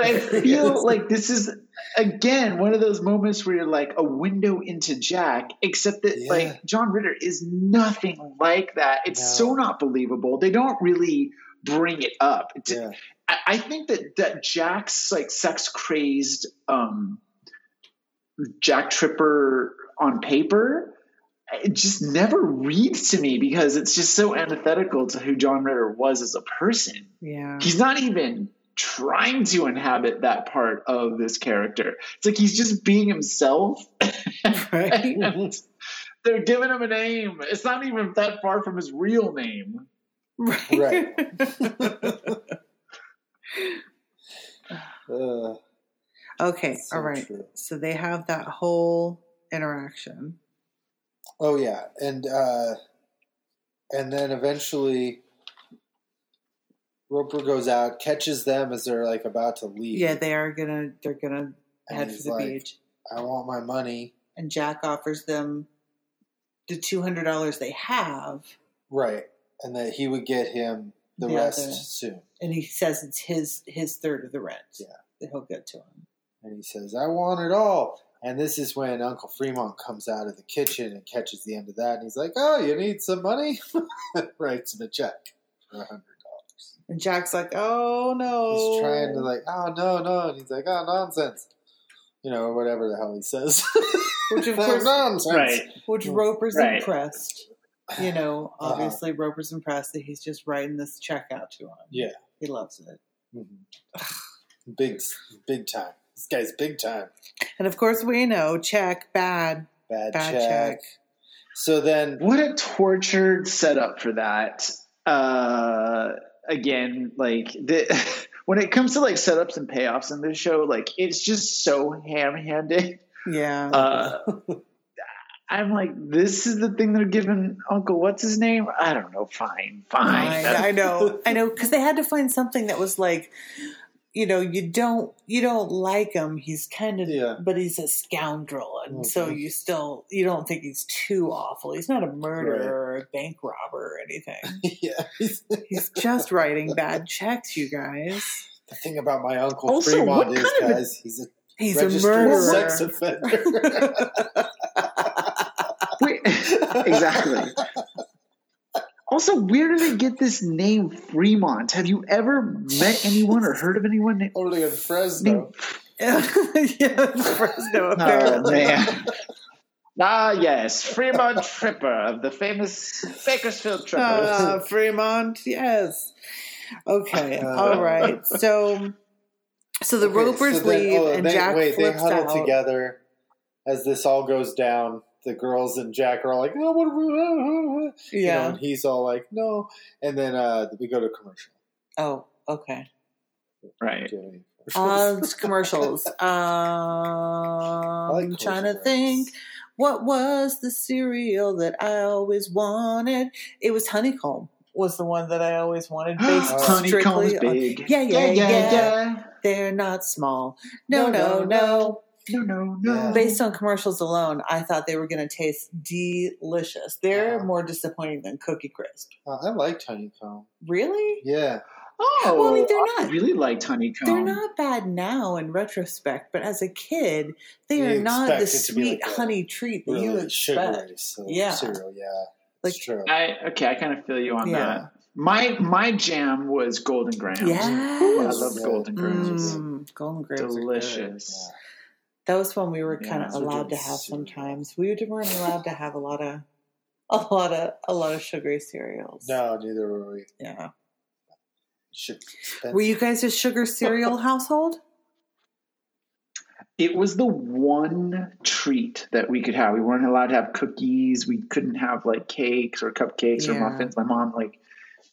Speaker 2: I feel like this is again one of those moments where you're like a window into Jack, except that
Speaker 1: Yeah.
Speaker 2: like John Ritter is nothing like that. It's so
Speaker 1: No.
Speaker 2: not believable. They don't really bring it up. It's-
Speaker 1: Yeah.
Speaker 2: I, I think that that Jack's like sex crazed um, Jack Tripper on paper. It just never reads to me because it's just so antithetical to who John Ritter was as a person
Speaker 3: yeah.
Speaker 2: he's not even trying to inhabit that part of this character. It's like he's just being himself.
Speaker 3: Right.
Speaker 2: And They're giving him a name. It's not even that far from his real name.
Speaker 3: Right.
Speaker 1: Uh,
Speaker 3: okay.
Speaker 1: so
Speaker 3: all right.
Speaker 1: true.
Speaker 3: So they have that whole interaction.
Speaker 1: Oh yeah, and uh, and then eventually Roper goes out, catches them as they're like about to leave.
Speaker 3: Yeah, they are gonna. They're gonna
Speaker 1: And
Speaker 3: head
Speaker 1: he's
Speaker 3: for the
Speaker 1: like,
Speaker 3: beach,
Speaker 1: I want my money.
Speaker 3: and Jack offers them the two hundred dollars they have,
Speaker 1: Right, and that he would get him the
Speaker 3: The
Speaker 1: rest
Speaker 3: other.
Speaker 1: soon.
Speaker 3: and he says it's his his third of the rent.
Speaker 1: Yeah.
Speaker 3: that he'll get to him.
Speaker 1: And he says, "I want it all." And this is when Uncle Fremont comes out of the kitchen and catches the end of that, and he's like, "Oh, you need some money?" Writes him a check for a hundred.
Speaker 3: And Jack's like, "Oh no!"
Speaker 1: He's trying to like, "Oh no, no," and he's like, "Oh, nonsense," you know, or whatever the hell he says.
Speaker 3: which of
Speaker 1: That's
Speaker 3: course,
Speaker 1: nonsense.
Speaker 2: Right.
Speaker 3: which Roper's
Speaker 2: Right.
Speaker 3: impressed. You know,
Speaker 1: Uh-huh.
Speaker 3: obviously Roper's impressed that he's just writing this check out to him.
Speaker 1: Yeah.
Speaker 3: he loves it.
Speaker 1: Mhm. big, big time. This guy's big time.
Speaker 3: And of course, we know check bad.
Speaker 1: Bad,
Speaker 3: Bad
Speaker 1: check.
Speaker 3: check.
Speaker 1: So then,
Speaker 2: What a tortured setup for that. Uh, again, like the, when it comes to like setups and payoffs in this show, like it's just so ham-handed.
Speaker 3: Yeah,
Speaker 2: Uh, I'm like, this is the thing they're giving Uncle. What's his name? I don't know. Fine,
Speaker 1: Oh
Speaker 2: fine.
Speaker 3: I, I know, I know, because they had to find something that was like, you know, you don't you don't like him. He's kind of,
Speaker 1: Yeah.
Speaker 3: but he's a scoundrel, and so
Speaker 1: Mhm.
Speaker 3: you still you don't think he's too awful. He's not a murderer or a bank robber or anything.
Speaker 1: yeah, he's-
Speaker 3: he's just writing bad checks, you guys.
Speaker 1: the thing about my uncle
Speaker 2: Also,
Speaker 1: Fremont
Speaker 2: what
Speaker 1: is,
Speaker 2: kind of a-
Speaker 1: guys, he's a
Speaker 3: He's a
Speaker 1: registered
Speaker 3: murderer.
Speaker 1: sex offender.
Speaker 2: Wait, exactly. Also, where do they get this name Fremont? Have you ever met anyone or heard of anyone named?
Speaker 1: Only in Fresno.
Speaker 3: yeah, Fresno,
Speaker 2: Oh
Speaker 3: apparently.
Speaker 2: man. Ah yes, Fremont Tripper of the famous Bakersfield Tripper.
Speaker 3: Ah, Fremont, yes. Okay, all right. So, so the
Speaker 1: Uh, Okay,
Speaker 3: Ropers
Speaker 1: so then-
Speaker 3: leave,
Speaker 1: oh,
Speaker 3: and
Speaker 1: they,
Speaker 3: Jack
Speaker 1: wait, they
Speaker 3: flips
Speaker 1: huddle
Speaker 3: out.
Speaker 1: together as this all goes down. The girls and Jack are all like, "Oh, what?" Are we, you know,
Speaker 3: Yeah.
Speaker 1: and he's all like, "No," and then uh, we go to commercial.
Speaker 3: oh, okay.
Speaker 2: right.
Speaker 1: Do you have any commercials?
Speaker 3: Uh, commercials. Um,
Speaker 1: like
Speaker 3: I'm trying to
Speaker 1: commercial breaks.
Speaker 3: think. What was the cereal that I always wanted? It was honeycomb. Was the one that I always wanted. Based
Speaker 1: Honeycomb's
Speaker 2: Honeycomb's
Speaker 3: strictly on-
Speaker 2: big.
Speaker 3: Yeah, yeah, yeah.
Speaker 2: yeah.
Speaker 3: They're not small. No,
Speaker 1: No,
Speaker 3: no,
Speaker 1: no,
Speaker 3: no.
Speaker 2: No, no,
Speaker 1: Yeah.
Speaker 2: no.
Speaker 3: Based on commercials alone, I thought they were going to taste delicious. They're
Speaker 1: Uh-huh.
Speaker 3: more disappointing than Cookie Crisp.
Speaker 1: Uh, I liked honeycomb.
Speaker 3: Really?
Speaker 1: Yeah, Um,
Speaker 2: Oh,
Speaker 3: Well, I mean, they're
Speaker 2: I
Speaker 3: not-
Speaker 2: really liked honeycomb.
Speaker 3: They're not bad now in retrospect, but as a kid, they
Speaker 1: You
Speaker 3: are not the
Speaker 1: expect it to be
Speaker 3: sweet
Speaker 1: like a
Speaker 3: honey treat that
Speaker 1: really
Speaker 3: you expect.
Speaker 1: sugary so
Speaker 3: Yeah.
Speaker 1: cereal. Yeah,
Speaker 3: Like-
Speaker 1: it's true.
Speaker 2: I okay, I kind of feel you on
Speaker 3: Yeah.
Speaker 2: that. My my jam was golden grams. I
Speaker 1: Ooh,
Speaker 3: Yes.
Speaker 2: love
Speaker 1: so
Speaker 2: golden
Speaker 1: good.
Speaker 2: grams.
Speaker 3: Mm, golden grapes. are good.
Speaker 2: Delicious.
Speaker 3: That was one we were
Speaker 2: Yeah,
Speaker 3: kind of
Speaker 2: those are
Speaker 3: allowed
Speaker 1: good
Speaker 3: to have
Speaker 1: cereal.
Speaker 3: sometimes. We weren't allowed to have a lot of, a lot of, a lot of sugary cereals.
Speaker 1: No, neither were we.
Speaker 3: Yeah.
Speaker 1: Should expensive.
Speaker 3: Were you guys a sugar cereal household?
Speaker 2: It was the one treat that we could have. We weren't allowed to have cookies. We couldn't have like cakes or cupcakes or
Speaker 3: Yeah.
Speaker 2: muffins. My mom, like,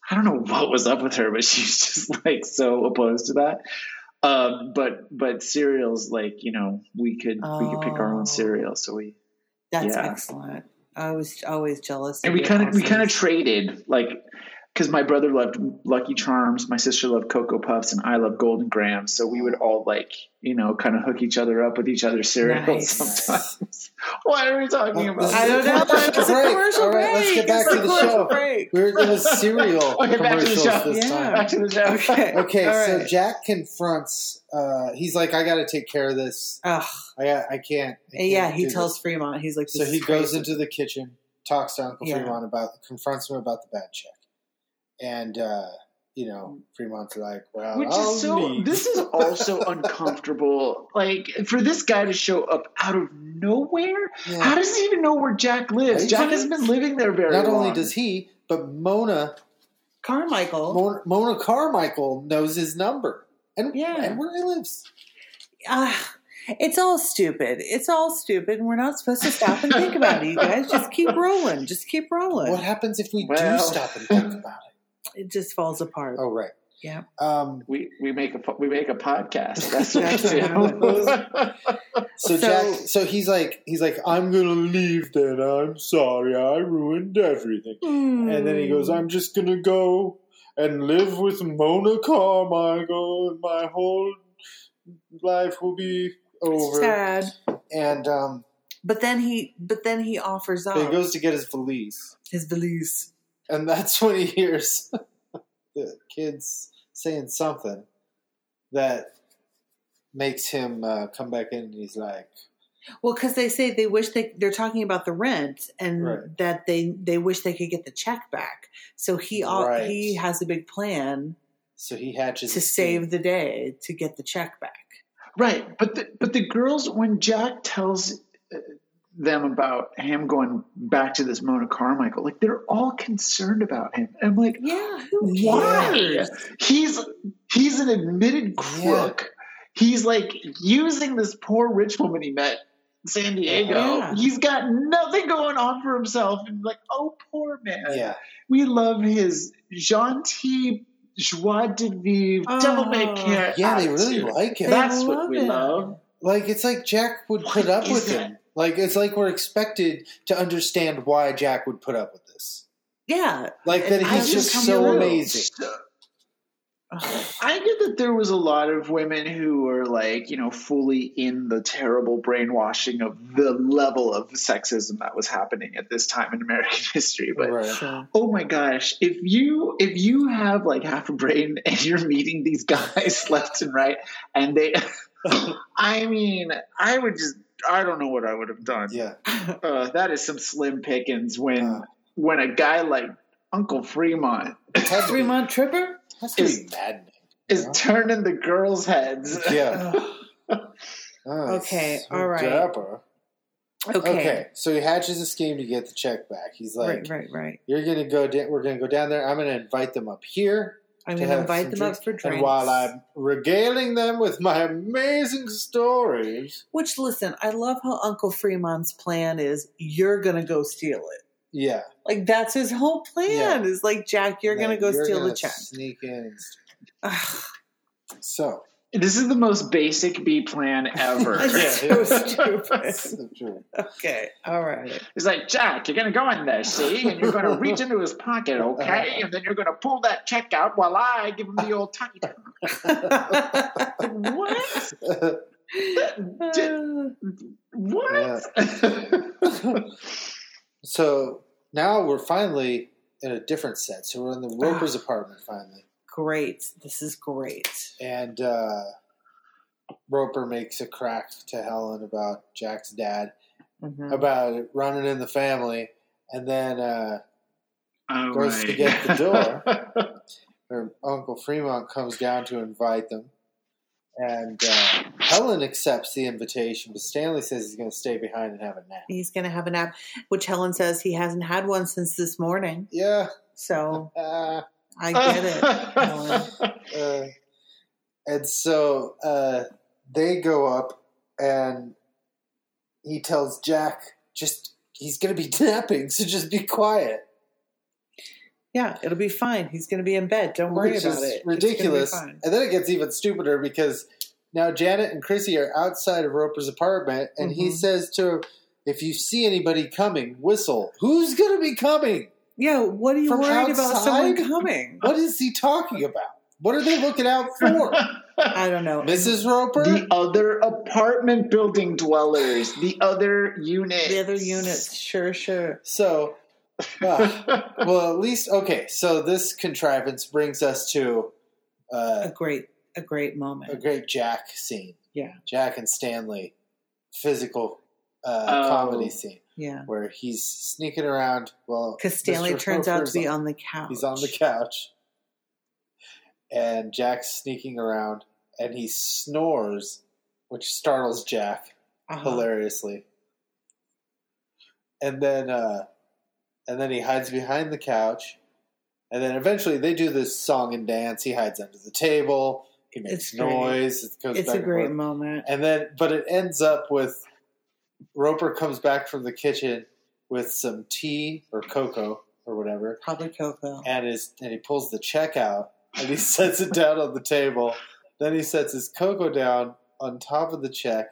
Speaker 2: I don't know what was up with her, but she's just like so opposed to that. Um, but but cereals, like you know, we could we could pick our
Speaker 3: Oh.
Speaker 2: own cereal. So we
Speaker 3: That's
Speaker 2: Yeah.
Speaker 3: excellent. I was always jealous.
Speaker 2: and we kind of we
Speaker 3: your
Speaker 2: kind of
Speaker 3: houses.
Speaker 2: traded like because my brother loved Lucky Charms, my sister loved Cocoa Puffs, and I loved Golden Grams. So we would all like you know kind of hook each other up with each other's cereals
Speaker 3: Nice.
Speaker 2: sometimes. Why are we talking
Speaker 1: Well,
Speaker 2: about?
Speaker 1: this
Speaker 3: I don't know.
Speaker 1: Commercial
Speaker 3: It's a
Speaker 1: break.
Speaker 3: commercial
Speaker 1: All right,
Speaker 3: break.
Speaker 1: let's get back
Speaker 3: It's
Speaker 1: to
Speaker 3: a
Speaker 1: the
Speaker 3: commercial
Speaker 1: show.
Speaker 3: break.
Speaker 1: We're in the cereal
Speaker 2: Okay, back to the
Speaker 1: commercials
Speaker 2: show.
Speaker 1: this
Speaker 3: Yeah.
Speaker 1: time.
Speaker 2: Back to the show.
Speaker 3: Okay.
Speaker 1: Okay,
Speaker 3: All
Speaker 1: so
Speaker 3: right.
Speaker 1: Jack confronts. Uh, he's like, "I got to take care of this.
Speaker 3: Ugh.
Speaker 1: I got- I can't." I can't
Speaker 3: yeah,
Speaker 1: do
Speaker 3: he
Speaker 1: this."
Speaker 3: tells Fremont. He's like,
Speaker 1: So
Speaker 3: this
Speaker 1: he
Speaker 3: is
Speaker 1: goes
Speaker 3: crazy.
Speaker 1: into the kitchen, talks to Uncle
Speaker 3: Yeah.
Speaker 1: Fremont about, confronts him about the bad check, and uh, you know, Fremont's like, "Well,
Speaker 2: Which
Speaker 1: I'll
Speaker 2: is so.
Speaker 1: leave."
Speaker 2: This is also uncomfortable. Like for this guy to show up out of nowhere.
Speaker 1: Yeah.
Speaker 2: How does he even know where Jack lives?
Speaker 1: Right?
Speaker 2: Jack has been living there very
Speaker 1: Not
Speaker 2: long.
Speaker 1: only does he, but Mona,
Speaker 3: Carmichael.
Speaker 1: Mona, Mona Carmichael knows his number and
Speaker 3: Yeah.
Speaker 1: and where he lives.
Speaker 3: Ah, It's all stupid. It's all stupid. We're not supposed to stop and think about it, you guys. Just keep rolling. Just keep rolling.
Speaker 1: What happens if we
Speaker 2: Well.
Speaker 1: do stop and think about it?
Speaker 3: It just falls apart.
Speaker 1: Oh, right.
Speaker 3: Yeah.
Speaker 1: Um,
Speaker 2: We we make a po- we make a podcast. That's
Speaker 3: That's
Speaker 2: what we do.
Speaker 1: so,
Speaker 3: So-
Speaker 1: Jack, so he's like, he's like, I'm gonna leave. Then I'm sorry, I ruined everything. And then he
Speaker 3: Hmm.
Speaker 1: goes, I'm just gonna go and live with Mona Carmichael, and my whole life will be over.
Speaker 3: sad.
Speaker 1: And um,
Speaker 3: But then he, but then he offers up
Speaker 1: he goes to get his valise,
Speaker 3: his valise.
Speaker 1: and that's when he hears the kids saying something that makes him uh, come back in. And he's like,
Speaker 3: Well, because they say they wish they they're talking about the rent and
Speaker 1: Right.
Speaker 3: that they they wish they could get the check back. So he all
Speaker 1: Right.
Speaker 3: he has a big plan
Speaker 1: so he hatches
Speaker 3: to
Speaker 1: a scheme.
Speaker 3: save the day to get the check back.
Speaker 2: right, but the, but the girls when Jack tells uh, them about him going back to this Mona Carmichael, like they're all concerned about him. And I'm like,
Speaker 3: Yeah, who
Speaker 2: why?
Speaker 3: cares?
Speaker 2: He's he's an admitted crook. He's like using this poor rich woman he met in San Diego.
Speaker 3: Yeah.
Speaker 2: He's got nothing going on for himself, and like, oh, poor man.
Speaker 1: Yeah,
Speaker 2: We love his gentil, joie de vivre,
Speaker 3: Oh.
Speaker 2: devil may care.
Speaker 1: yeah, they really
Speaker 2: attitude.
Speaker 1: like him.
Speaker 3: They
Speaker 2: That's what
Speaker 3: love
Speaker 2: we
Speaker 3: him.
Speaker 2: love.
Speaker 1: Like it's like Jack would
Speaker 2: What
Speaker 1: put up
Speaker 2: is
Speaker 1: with
Speaker 2: that?
Speaker 1: him. Like it's like we're expected to understand why Jack would put up with this.
Speaker 3: Yeah,
Speaker 1: Like that
Speaker 3: And
Speaker 2: I
Speaker 1: he's
Speaker 2: just
Speaker 1: just
Speaker 2: come
Speaker 1: so
Speaker 2: through.
Speaker 1: amazing.
Speaker 3: Ugh.
Speaker 2: I knew that there was a lot of women who were like, you know, fully in the terrible brainwashing of the level of sexism that was happening at this time in American history. But
Speaker 1: Right.
Speaker 2: oh my gosh, if you if you have like half a brain and you're meeting these guys left and right, and they, I mean, I would just, I don't know what I would have done.
Speaker 1: Yeah.
Speaker 2: Uh, that is some slim pickings when
Speaker 1: Uh.
Speaker 2: when a guy like Uncle Fremont
Speaker 1: Has to
Speaker 3: three
Speaker 1: be,
Speaker 3: month tripper.
Speaker 1: has to be
Speaker 2: is-
Speaker 1: maddening.
Speaker 2: is
Speaker 1: Yeah.
Speaker 2: turning the girls' heads.
Speaker 1: Yeah.
Speaker 3: Ugh.
Speaker 1: Oh, it's
Speaker 3: Okay,
Speaker 1: so
Speaker 3: all right.
Speaker 1: dapper.
Speaker 3: okay.
Speaker 1: Okay. So he hatches a scheme to get the check back. He's like,
Speaker 3: right, right, right.
Speaker 1: "You're gonna go. Da- we're gonna go down there. I'm gonna invite them up here.
Speaker 3: I'm
Speaker 1: to
Speaker 3: going to
Speaker 1: have
Speaker 3: invite
Speaker 1: some
Speaker 3: them
Speaker 1: drinks,
Speaker 3: up for drinks.
Speaker 1: And while I'm regaling them with my amazing stories,
Speaker 3: Which listen, I love how Uncle Fremont's plan is you're going to go steal it.
Speaker 1: yeah,
Speaker 3: Like that's his whole plan. Is like Jack, you're
Speaker 1: Like,
Speaker 3: gonna go steal
Speaker 1: gonna
Speaker 3: the check.
Speaker 1: Sneak in. and st-
Speaker 3: Ugh,
Speaker 1: So
Speaker 2: This is the most basic B plan ever.
Speaker 3: That's so stupid.
Speaker 1: So true.
Speaker 3: Okay, all right.
Speaker 2: It's like, Jack, you're going to go in there, see? And you're going to reach into his pocket, okay? And then you're going to pull that check out while I give him the old tiny. What? What?
Speaker 1: so now we're finally in a different set. So we're in
Speaker 3: Ah.
Speaker 1: the Roper's apartment finally,
Speaker 3: great. This is great.
Speaker 1: and uh, Roper makes a crack to Helen about Jack's dad,
Speaker 3: Mhm.
Speaker 1: about it running in the family, and then uh,
Speaker 2: All
Speaker 1: Goes to get the door. her Uncle Fremont comes down to invite them, and uh, Helen accepts the invitation, but Stanley says he's going to stay behind and have a nap.
Speaker 3: He's gonna have a nap, which Helen says he hasn't had one since this morning.
Speaker 1: Yeah,
Speaker 3: So
Speaker 1: uh,
Speaker 3: I get it. Helen.
Speaker 1: uh, and so uh, they go up, and he tells Jack just he's going to be napping, so just be quiet.
Speaker 3: Yeah, it'll be fine. He's gonna be in bed. Don't worry
Speaker 1: Which
Speaker 3: about
Speaker 1: is
Speaker 3: it. It's gonna be
Speaker 1: Ridiculous.
Speaker 3: fine.
Speaker 1: And then it gets even stupider because now Janet and Chrissy are outside of Roper's apartment, and he
Speaker 3: Mhm.
Speaker 1: says to her, "If you see anybody coming, whistle. Who's gonna be coming?
Speaker 3: Yeah, what are you
Speaker 1: From
Speaker 3: worried about someone
Speaker 1: outside?
Speaker 3: coming?
Speaker 1: What is he talking about? What are they looking out for,
Speaker 3: I don't know.
Speaker 1: Mrs. Roper?"
Speaker 2: the other apartment building dwellers, the other unit.
Speaker 3: The other units, sure, sure.
Speaker 1: so, uh, well, at least okay. So this contrivance brings us to uh,
Speaker 3: A great, a great moment.
Speaker 1: a great Jack scene.
Speaker 3: Yeah.
Speaker 1: Jack and Stanley physical uh,
Speaker 2: Oh.
Speaker 1: comedy scene.
Speaker 3: Yeah.
Speaker 1: where he's sneaking around. Well,
Speaker 3: Because Stanley
Speaker 1: Mr.
Speaker 3: turns out to
Speaker 1: Roper's
Speaker 3: be on the couch.
Speaker 1: He's on the couch, and Jack's sneaking around, and he snores, which startles Jack
Speaker 3: Uh-huh.
Speaker 1: hilariously. And then, uh, and then he hides behind the couch, and then eventually they do this song and dance. He hides under the table. It makes
Speaker 3: It's great.
Speaker 1: noise. It goes
Speaker 3: It's
Speaker 1: back
Speaker 3: a
Speaker 1: and
Speaker 3: great
Speaker 1: forth.
Speaker 3: moment.
Speaker 1: And then, but it ends up with Roper comes back from the kitchen with some tea or cocoa or whatever,
Speaker 3: Probably Coco.
Speaker 1: and is and he pulls the check out and he sets it down on the table. Then he sets his cocoa down on top of the check,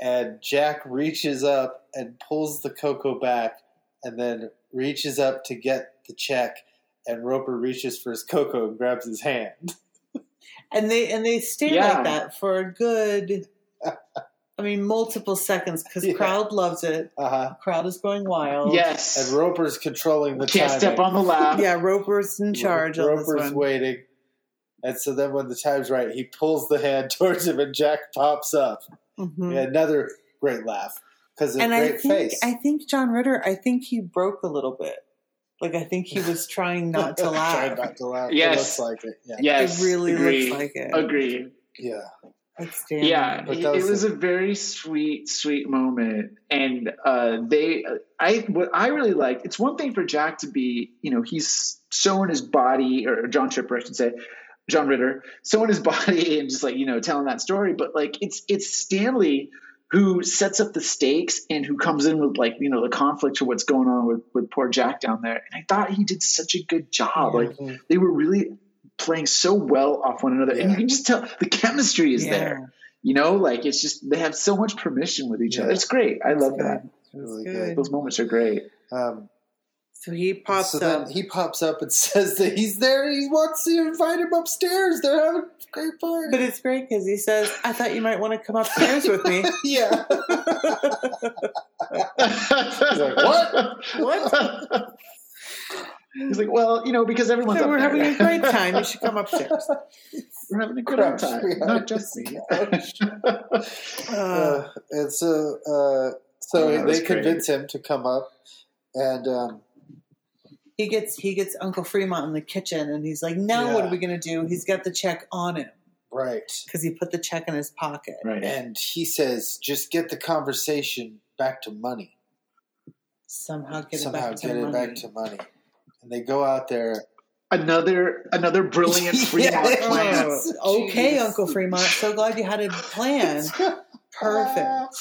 Speaker 1: and Jack reaches up and pulls the cocoa back, and then reaches up to get the check. And Roper reaches for his cocoa and grabs his hand.
Speaker 3: And they and they stay
Speaker 2: Yeah.
Speaker 3: like that for a good, I mean, multiple seconds because
Speaker 1: Yeah.
Speaker 3: crowd loves it.
Speaker 1: Uh huh.
Speaker 3: Crowd is going wild.
Speaker 1: And
Speaker 2: Yes.
Speaker 1: Roper's controlling the
Speaker 2: Can't
Speaker 1: timing.
Speaker 2: step on the lap.
Speaker 3: yeah. Roper's in charge on
Speaker 1: Roper's
Speaker 3: this one.
Speaker 1: waiting. And so then when the time's right, he pulls the hand towards him and Jack pops up.
Speaker 3: Mhm.
Speaker 1: Yeah, another great laugh because of
Speaker 3: And I
Speaker 1: great
Speaker 3: think
Speaker 1: face.
Speaker 3: I think John Ritter. I think he broke a little bit. Like I think he was trying not to
Speaker 1: Try
Speaker 3: laugh.
Speaker 1: not to laugh.
Speaker 2: Yes.
Speaker 1: It looks like it. Yeah.
Speaker 2: Yes.
Speaker 3: it really
Speaker 2: agree.
Speaker 3: looks like it.
Speaker 2: Agree.
Speaker 1: Yeah.
Speaker 3: Outstanding.
Speaker 2: Yeah,
Speaker 1: But
Speaker 2: it,
Speaker 1: that
Speaker 2: it
Speaker 1: was
Speaker 2: was a very sweet, sweet moment, and uh, they, I, what I really liked. It's one thing for Jack to be, you know, he's so in his body, or John Tripper, I should say, John Ritter, so in his body, and just like you know, telling that story. But like, it's it's Stanley who sets up the stakes and who comes in with like you know the conflict or what's going on with with poor Jack down there. And I thought he did such a good job.
Speaker 3: Yeah.
Speaker 2: Like they were really playing so well off one another, and
Speaker 1: Yeah.
Speaker 2: you can just tell the chemistry is
Speaker 3: Yeah.
Speaker 2: there. You know, like it's just they have so much permission with each
Speaker 1: Yeah.
Speaker 2: other. It's great. I
Speaker 3: That's
Speaker 2: love
Speaker 3: good.
Speaker 2: that.
Speaker 3: That's
Speaker 1: Really
Speaker 3: good.
Speaker 2: Those moments are great.
Speaker 1: Um,
Speaker 3: So he pops
Speaker 1: so
Speaker 3: up.
Speaker 1: then he pops up and says that he's there. and He wants to invite him upstairs. They're having a great party.
Speaker 3: but it's great because he says, "I thought you might want to come upstairs with me."
Speaker 1: yeah. like,
Speaker 2: what? what? He's like, well, you know, because everyone's
Speaker 3: So
Speaker 2: up
Speaker 3: we're
Speaker 2: there.
Speaker 3: having a great time. You should come upstairs.
Speaker 2: we're having a good
Speaker 1: Crouch
Speaker 2: time,
Speaker 1: behind
Speaker 2: not just me.
Speaker 3: Uh,
Speaker 1: uh, and so uh, so
Speaker 2: Oh, that was
Speaker 1: they convince him to come up and um,
Speaker 3: he gets he gets Uncle Fremont in the kitchen, and he's like, "Now what are
Speaker 1: Yeah.
Speaker 3: we gonna do?" He's got the check on him
Speaker 1: right
Speaker 3: because he put the check in his pocket.
Speaker 2: right.
Speaker 1: and he says just get the conversation back to money
Speaker 3: Somehow get
Speaker 1: somehow
Speaker 3: it back to
Speaker 1: get it
Speaker 3: money.
Speaker 1: back to money and they go out there
Speaker 2: Another another brilliant Fremont
Speaker 1: Yeah.
Speaker 2: plan.
Speaker 3: Oh, okay,
Speaker 1: Jeez.
Speaker 3: Uncle Fremont. So glad you had a plan. Perfect.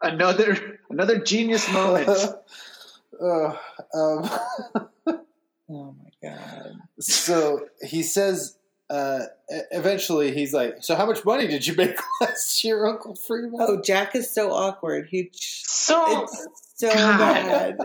Speaker 2: Another another genius moment.
Speaker 1: Uh, um,
Speaker 3: Oh my god.
Speaker 1: so he says uh, e- eventually he's like so how much money did you make last year uncle fremont
Speaker 3: Oh, Jack is so awkward. He
Speaker 2: So
Speaker 3: it's so
Speaker 2: Oh. God.
Speaker 3: bad.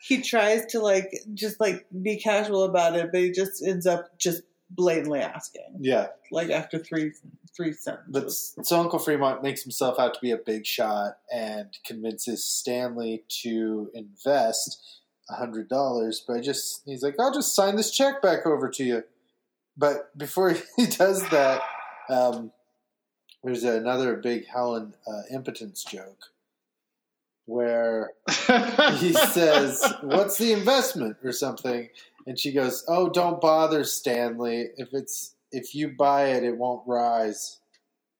Speaker 3: He tries to like just like be casual about it, but he just ends up just blatantly asking.
Speaker 1: yeah
Speaker 3: Like after three three
Speaker 1: But
Speaker 3: sentences.
Speaker 1: so Uncle Fremont makes himself out to be a big shot and convinces Stanley to invest hundred dollars. But I just he's like, I'll just sign this check back over to you. But before he does that, um, there's another big Helen uh, impotence joke where he says, "What's the investment?" or something, and she goes, "Oh, don't bother, Stanley. If it's if you buy it, it won't rise."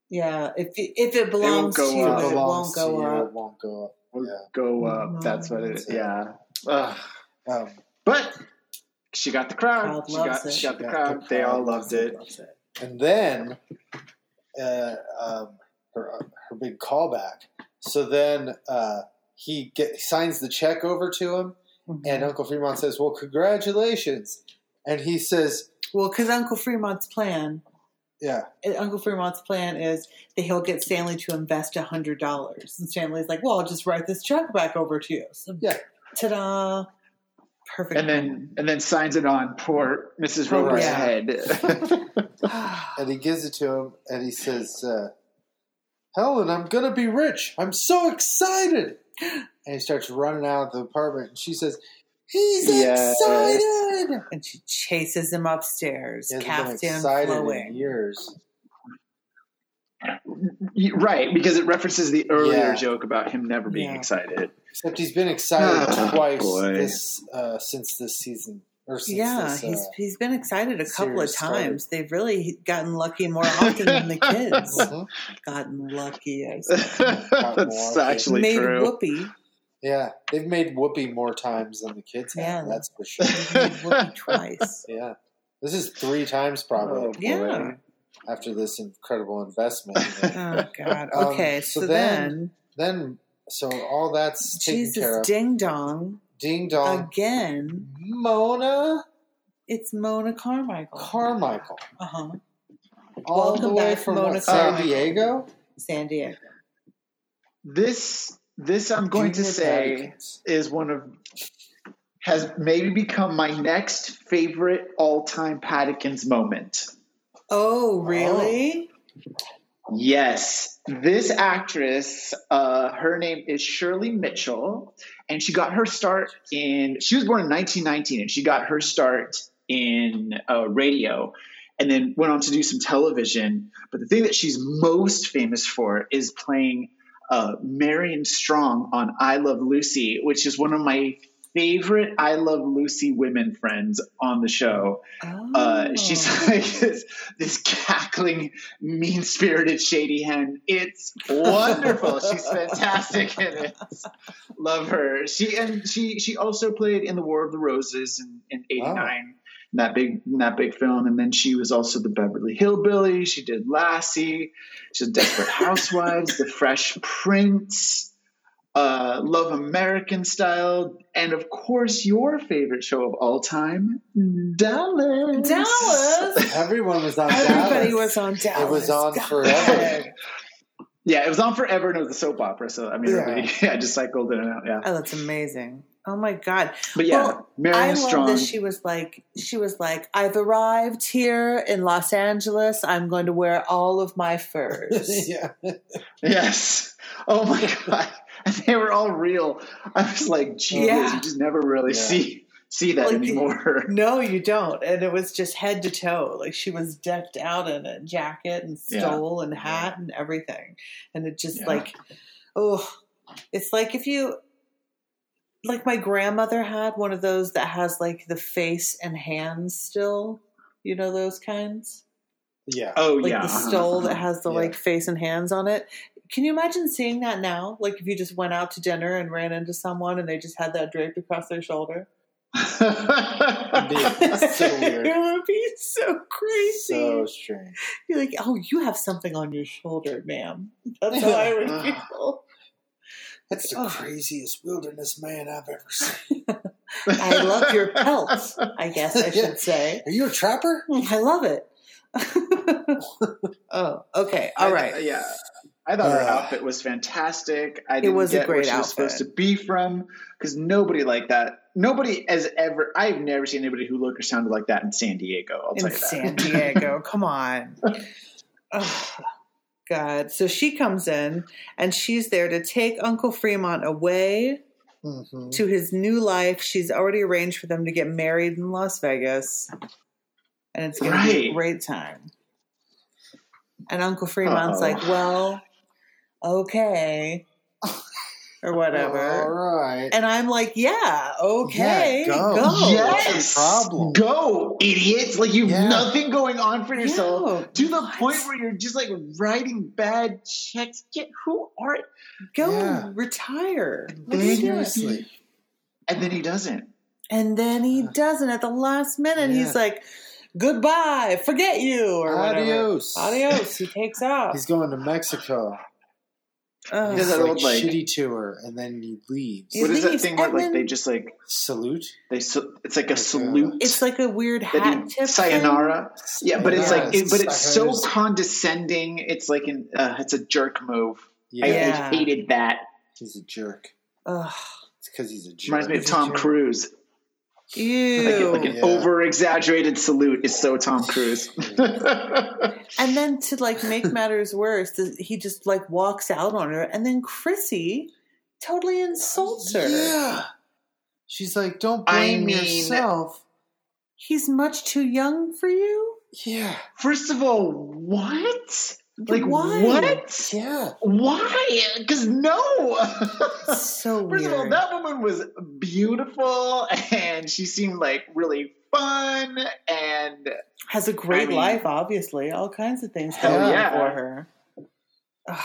Speaker 3: Yeah. If it, if it belongs
Speaker 2: go
Speaker 3: to you,
Speaker 2: up.
Speaker 3: it
Speaker 1: belongs
Speaker 3: won't
Speaker 1: to
Speaker 3: go
Speaker 1: you,
Speaker 3: up.
Speaker 1: It won't go up. Yeah.
Speaker 2: "Go up." That's what it is. Yeah. Ugh.
Speaker 1: Um,
Speaker 2: But she got the crowd.
Speaker 3: Crowd
Speaker 2: She
Speaker 3: loves
Speaker 2: got,
Speaker 3: it.
Speaker 2: she got the
Speaker 1: Got
Speaker 2: crowd.
Speaker 1: the
Speaker 2: They all
Speaker 1: crowd.
Speaker 2: loved it.
Speaker 1: and then uh, um, her, her big callback. So then uh, he get, signs the check over to him,
Speaker 3: Mhm.
Speaker 1: and Uncle Fremont says, Well, congratulations. And he says,
Speaker 3: Well, because Uncle Fremont's plan,
Speaker 1: Yeah,
Speaker 3: Uncle Fremont's plan is that he'll get Stanley to invest a hundred dollars, and Stanley's like, "Well, I'll just write this check back over to you." So,
Speaker 1: Yeah.
Speaker 3: ta-da! Perfect.
Speaker 2: And then and then signs it on poor Mrs.
Speaker 1: Oh,
Speaker 2: Rover's
Speaker 3: yeah.
Speaker 2: head.
Speaker 1: and he gives it to him, and he says, uh, Helen, I'm going to be rich. I'm so excited. And he starts running out of the apartment, and she says, He's
Speaker 2: Yes.
Speaker 1: excited.
Speaker 3: and she chases him upstairs,
Speaker 1: He hasn't been
Speaker 3: caftan
Speaker 1: excited in
Speaker 3: flowing.
Speaker 1: years.
Speaker 2: right, because it references the earlier
Speaker 1: Yeah.
Speaker 2: joke about him never being
Speaker 3: Yeah.
Speaker 2: excited.
Speaker 1: Except he's been excited
Speaker 2: Ah,
Speaker 1: twice
Speaker 2: boy.
Speaker 1: this uh, since this season, or since
Speaker 3: Yeah,
Speaker 1: this, uh,
Speaker 3: he's he's been excited a couple of
Speaker 1: series started.
Speaker 3: times. They've really gotten lucky more often than the kids
Speaker 1: mhm.
Speaker 3: gotten lucky. I say.
Speaker 2: That's
Speaker 1: lucky.
Speaker 2: actually
Speaker 3: Made
Speaker 2: true.
Speaker 3: Whoopi,
Speaker 1: yeah, they've made Whoopi more times than the kids have.
Speaker 3: Yeah.
Speaker 1: That's for sure.
Speaker 3: made Whoopi twice.
Speaker 1: yeah, this is three times
Speaker 2: Oh,
Speaker 1: probably.
Speaker 2: boy.
Speaker 3: Yeah.
Speaker 1: after this incredible investment.
Speaker 3: Oh God.
Speaker 1: Um,
Speaker 3: Okay.
Speaker 1: so
Speaker 3: so,
Speaker 1: then-
Speaker 3: then,
Speaker 1: then, so all that's taken care
Speaker 3: Jesus
Speaker 1: of.
Speaker 3: Ding Dong
Speaker 1: Ding dong.
Speaker 3: again.
Speaker 1: Mona
Speaker 3: It's Mona Carmichael.
Speaker 1: Carmichael,
Speaker 3: uh huh.
Speaker 1: all the
Speaker 3: Welcome
Speaker 1: way
Speaker 3: back,
Speaker 1: from
Speaker 3: Mona
Speaker 1: what, San
Speaker 2: Carmichael.
Speaker 1: Diego.
Speaker 3: San Diego.
Speaker 2: This this I'm going to
Speaker 1: Junior
Speaker 2: say
Speaker 1: Paddingtons.
Speaker 2: is one of has maybe become my next favorite all time Paddykins moment.
Speaker 3: Oh, really?
Speaker 2: Yes, this actress, uh, her name is Shirley Mitchell, and she got her start in. She was born in 1919, and she got her start in uh, radio, and then went on to do some television. But the thing that she's most famous for is playing uh, Marion Strong on I Love Lucy, which is one of my favorite I Love Lucy women friends on the show
Speaker 3: Oh.
Speaker 2: uh, she's like this, this cackling, mean spirited shady hen. It's wonderful. she's fantastic in it. Love her. She and she she also played in the War of the Roses in, in '89. in That big, in that big film, and then she was also the Beverly Hillbilly. She did Lassie. She did Desperate Housewives, The Fresh Prince, uh, Love American Style, and of course your favorite show of all time, Dallas.
Speaker 3: Mm-hmm. Dallas.
Speaker 1: Everyone was on
Speaker 3: Everybody
Speaker 1: Dallas.
Speaker 3: was on Dallas.
Speaker 1: It was on
Speaker 3: God.
Speaker 1: forever.
Speaker 2: Yeah, it was on forever and it was a soap opera. So I mean,
Speaker 1: Yeah.
Speaker 2: everybody, yeah, just cycled in and out. Yeah,
Speaker 3: Oh, that's amazing. Oh my God.
Speaker 2: but yeah,
Speaker 3: Well, I
Speaker 2: Marion Strong.
Speaker 3: love that she was like, she was like, I've arrived here in Los Angeles. I'm going to wear all of my furs.
Speaker 1: yeah.
Speaker 2: yes. Oh my god, and they were all real. I was like, Jesus,
Speaker 3: Yeah.
Speaker 2: you just never really
Speaker 1: Yeah.
Speaker 2: see see that
Speaker 3: Like,
Speaker 2: anymore.
Speaker 3: No, you don't. And it was just head to toe. Like she was decked out in a jacket and stole and hat and everything. And it just
Speaker 2: Yeah.
Speaker 3: like, oh, it's like if you, like my grandmother had one of those that has like the face and hands still. You know those kinds?
Speaker 1: Yeah.
Speaker 2: oh
Speaker 3: Like
Speaker 2: yeah,
Speaker 3: the
Speaker 2: uh-huh,
Speaker 3: stole
Speaker 2: uh-huh.
Speaker 3: that has the
Speaker 1: Yeah.
Speaker 3: like face and hands on it. Can you imagine seeing that now? Like if you just went out to dinner and ran into someone and they just had that draped across their shoulder?
Speaker 1: It's so weird.
Speaker 3: it would be so crazy.
Speaker 1: So strange.
Speaker 3: You're like, oh, you have something on your shoulder, ma'am. That's how I would feel.
Speaker 1: That's the
Speaker 3: Oh.
Speaker 1: craziest wilderness man I've ever seen.
Speaker 3: I love your pelt, I guess I
Speaker 1: Yeah.
Speaker 3: should say.
Speaker 1: Are you a trapper?
Speaker 3: I love it. oh, okay. All
Speaker 2: I-
Speaker 3: right.
Speaker 2: uh, yeah. I thought her
Speaker 1: Uh,
Speaker 2: outfit was fantastic. I didn't
Speaker 3: was a
Speaker 2: get where
Speaker 3: great
Speaker 2: she was supposed to
Speaker 3: outfit.
Speaker 2: be from because nobody like that. Nobody has ever. I've never seen anybody who looked or sounded like that in San Diego. I'll tell
Speaker 3: In
Speaker 2: you that.
Speaker 3: San Diego. Come on. Oh, God. So she comes in and she's there to take Uncle Fremont away
Speaker 1: Mm-hmm.
Speaker 3: to his new life. She's already arranged for them to get married in Las Vegas, and it's going to be a
Speaker 2: Right.
Speaker 3: great time. And Uncle Fremont's
Speaker 2: Uh-oh.
Speaker 3: like, "Well, okay, or
Speaker 1: All
Speaker 3: whatever."
Speaker 1: right.
Speaker 3: And I'm like, "Yeah, okay,
Speaker 1: Yeah, go.
Speaker 3: go,
Speaker 1: What's
Speaker 2: Yes,
Speaker 1: your Oh, problem?
Speaker 2: go, idiots! Like you have
Speaker 1: Yeah.
Speaker 2: nothing going on for yourself
Speaker 3: No,
Speaker 2: to the
Speaker 3: what?
Speaker 2: point where you're just like writing bad checks. Get who are
Speaker 3: go
Speaker 1: Yeah.
Speaker 3: retire." What are you doing?
Speaker 1: Seriously.
Speaker 2: and then he doesn't.
Speaker 3: And then he doesn't at the last minute.
Speaker 1: Yeah.
Speaker 3: He's like, "Goodbye, forget you," or whatever.
Speaker 1: Adios.
Speaker 3: Adios. He takes off.
Speaker 1: He's going to Mexico.
Speaker 3: Ugh.
Speaker 1: He
Speaker 2: does
Speaker 1: does
Speaker 2: that
Speaker 1: like,
Speaker 2: old, like-
Speaker 1: shitty tour, and then he leaves.
Speaker 3: He
Speaker 2: What is that
Speaker 3: leaves,
Speaker 2: thing where
Speaker 3: and
Speaker 2: like
Speaker 3: then-
Speaker 2: they just like
Speaker 1: Salute.
Speaker 2: they? Su- it's like a
Speaker 1: Like, uh,
Speaker 2: salute.
Speaker 3: It's like a weird
Speaker 2: They
Speaker 3: hat
Speaker 2: do
Speaker 3: tip.
Speaker 2: sayonara. Yeah, but it's like,
Speaker 1: Yes,
Speaker 2: it, but it's so
Speaker 1: suckers.
Speaker 2: condescending. It's like an, uh, it's a jerk move. I- I,
Speaker 1: Yeah,
Speaker 3: Yeah.
Speaker 2: hated that.
Speaker 1: he's a jerk.
Speaker 3: Thing. Ugh.
Speaker 1: It's because he's a jerk.
Speaker 2: Reminds me of
Speaker 3: He's a
Speaker 2: Tom
Speaker 3: jerk.
Speaker 2: Cruise. Like,
Speaker 3: Ew.
Speaker 2: like an
Speaker 1: Yeah.
Speaker 2: over exaggerated salute is so Tom Cruise.
Speaker 3: and then to like make matters worse, th- he just like walks out on her, and then Chrissy totally insults her.
Speaker 1: Yeah. She's like, don't
Speaker 2: I
Speaker 1: blame
Speaker 2: mean-
Speaker 1: yourself.
Speaker 3: He's much too young for you.
Speaker 1: Yeah.
Speaker 2: First of all, what? Like
Speaker 3: Why?
Speaker 2: what?
Speaker 1: Yeah.
Speaker 2: Why? Because no.
Speaker 3: It's so weird.
Speaker 2: First of all, that woman was beautiful, and she seemed like really fun, and
Speaker 3: Has a great
Speaker 2: I mean-
Speaker 3: life, obviously. All kinds of things
Speaker 1: Hell
Speaker 3: going on
Speaker 2: yeah.
Speaker 3: for her. Ugh,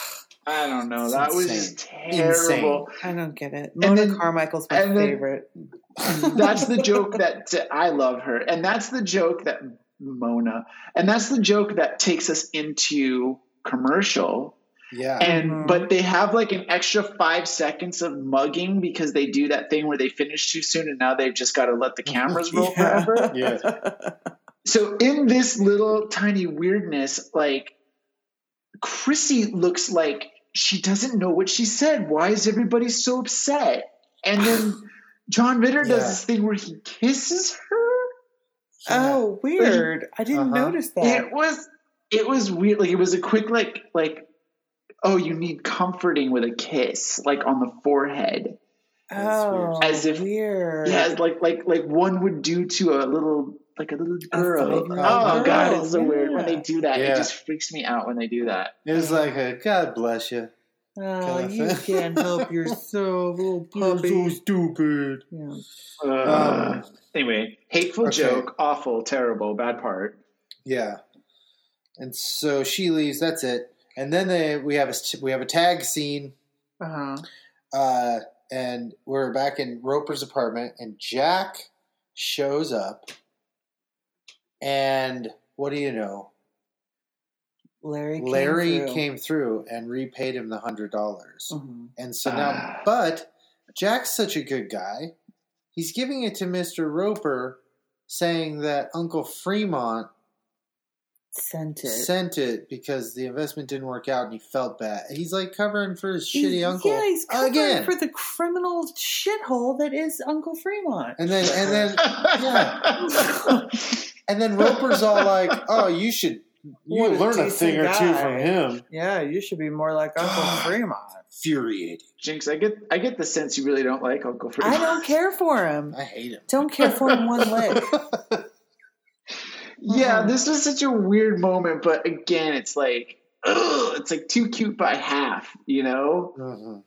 Speaker 2: I don't know.
Speaker 1: It's
Speaker 2: that was
Speaker 1: insane.
Speaker 2: just terrible.
Speaker 3: I don't get it. Mona
Speaker 2: And then-
Speaker 3: Carmichael's my
Speaker 2: and then-
Speaker 3: favorite.
Speaker 2: that's the joke that I love her, and that's the joke that Mona. And that's the joke that takes us into commercial.
Speaker 1: Yeah.
Speaker 2: And
Speaker 3: Mhm.
Speaker 2: but they have like an extra five seconds of mugging because they do that thing where they finish too soon and now they've just got to let the cameras roll forever.
Speaker 1: Yeah.
Speaker 2: So in this little tiny weirdness, like Chrissy looks like she doesn't know what she said. Why is everybody so upset? And then John Ritter does
Speaker 1: Yeah.
Speaker 2: this thing where he kisses her.
Speaker 3: Oh, weird. I didn't
Speaker 1: Uh-huh.
Speaker 3: notice that.
Speaker 2: It was it was weird. Like it was a quick like like oh you need comforting with a kiss like on the forehead
Speaker 1: That's weird.
Speaker 3: oh,
Speaker 2: As if-
Speaker 3: weird.
Speaker 2: yeah it's like like like one would do to a little like a little girl
Speaker 3: five-year-old
Speaker 2: oh god
Speaker 3: girl,
Speaker 2: it's so weird when they
Speaker 3: yeah.
Speaker 2: do that
Speaker 1: Yeah.
Speaker 2: it just freaks me out when they do that
Speaker 1: It was like a God bless you.
Speaker 3: Oh, you
Speaker 1: Kinda thing.
Speaker 3: can't help yourself, little
Speaker 1: You're so
Speaker 3: puppy.
Speaker 1: stupid.
Speaker 3: Yeah.
Speaker 2: Uh, anyway, hateful
Speaker 1: Okay.
Speaker 2: joke, awful, terrible, bad part.
Speaker 1: Yeah. And so she leaves. That's it. And then they, we have a we have a tag scene,
Speaker 3: Uh-huh.
Speaker 1: uh, and we're back in Roper's apartment, and Jack shows up. And what do you know?
Speaker 3: Larry. Came
Speaker 1: Larry
Speaker 3: through.
Speaker 1: came through and repaid him the hundred dollars.
Speaker 3: Mhm.
Speaker 1: And so now,
Speaker 2: Ah.
Speaker 1: but Jack's such a good guy. He's giving it to Mr. Roper, saying that Uncle Fremont
Speaker 3: Sent it.
Speaker 1: sent it because the investment didn't work out and he felt bad. He's like covering for his
Speaker 3: He's-
Speaker 1: shitty uncle
Speaker 3: Yeah, he's covering
Speaker 1: again.
Speaker 3: for the criminal shithole that is Uncle Fremont.
Speaker 1: and then and then
Speaker 2: Yeah.
Speaker 1: and then Roper's all like, "Oh, you should you
Speaker 3: What a
Speaker 1: learn a
Speaker 3: decent
Speaker 1: thing or two
Speaker 3: guy."
Speaker 1: from him."
Speaker 3: Yeah, you should be more like Uncle Fremont.
Speaker 1: Infuriating.
Speaker 2: Jinx, I get I get the sense you really don't like Uncle Fred.
Speaker 3: I don't care for him.
Speaker 1: I hate him.
Speaker 3: Don't care for him one lick.
Speaker 2: Yeah,
Speaker 3: Mhm.
Speaker 2: this was such a weird moment, but again, it's like ugh, it's like too cute by half, you know?
Speaker 1: Mhm.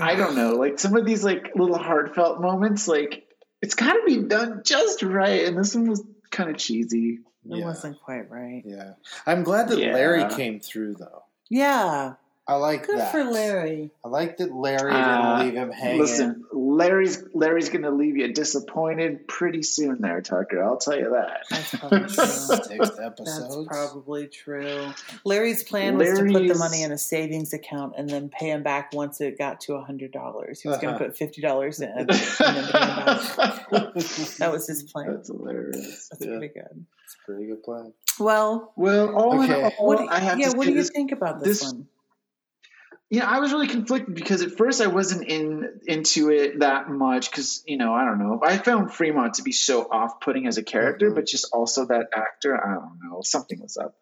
Speaker 2: I don't know. Like some of these like little heartfelt moments, like it's gotta be done just right. And this one was kind of cheesy.
Speaker 3: It
Speaker 1: Yeah.
Speaker 3: wasn't quite right.
Speaker 1: Yeah, I'm glad that
Speaker 2: Yeah.
Speaker 1: Larry came through though.
Speaker 3: Yeah,
Speaker 1: I like
Speaker 3: good
Speaker 1: that.
Speaker 3: for Larry.
Speaker 1: I like that Larry
Speaker 2: Uh,
Speaker 1: didn't leave him hanging.
Speaker 2: Listen, Larry's Larry's gonna leave you disappointed pretty soon, there, Tucker. I'll tell you that.
Speaker 3: That's probably true.
Speaker 1: Six
Speaker 3: That's
Speaker 1: episodes.
Speaker 3: probably true. Larry's plan was to put the
Speaker 2: Larry's-
Speaker 3: money in a savings account and then pay him back once it got to hundred dollars. He was going
Speaker 1: Uh-huh.
Speaker 3: to put fifty dollars in. and then pay him back. That was his plan.
Speaker 2: That's hilarious.
Speaker 3: That's
Speaker 1: Yeah.
Speaker 3: pretty good.
Speaker 1: It's a pretty good plan.
Speaker 3: Well,
Speaker 2: Well, all
Speaker 1: Okay.
Speaker 2: in all,
Speaker 3: what do you,
Speaker 2: I have
Speaker 3: yeah,
Speaker 2: to
Speaker 3: what
Speaker 2: say
Speaker 3: do you
Speaker 2: this.
Speaker 3: think about this,
Speaker 2: this-
Speaker 3: one?
Speaker 2: Yeah, I was really conflicted because at first I wasn't in into it that much because you know I don't know. I found Fremont to be so off-putting as a character,
Speaker 1: Mhm.
Speaker 2: but just also that actor. I don't know, something was up.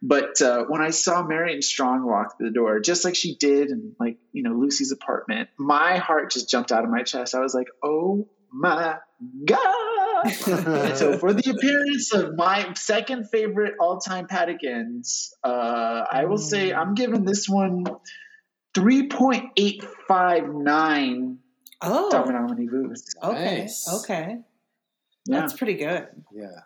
Speaker 2: But uh, when I saw Marion Strong walk through the door, just like she did in like you know Lucy's apartment, my heart just jumped out of my chest. I was like, oh my god. And so for
Speaker 3: Uh,
Speaker 2: the appearance of my second favorite all-time Patikins, uh, I will say
Speaker 3: Mm.
Speaker 2: I'm giving this one 3.859
Speaker 3: Oh,
Speaker 2: Dominomini Boost.
Speaker 3: okay,
Speaker 1: Nice.
Speaker 3: okay,
Speaker 2: Yeah.
Speaker 3: that's pretty good.
Speaker 1: Yeah.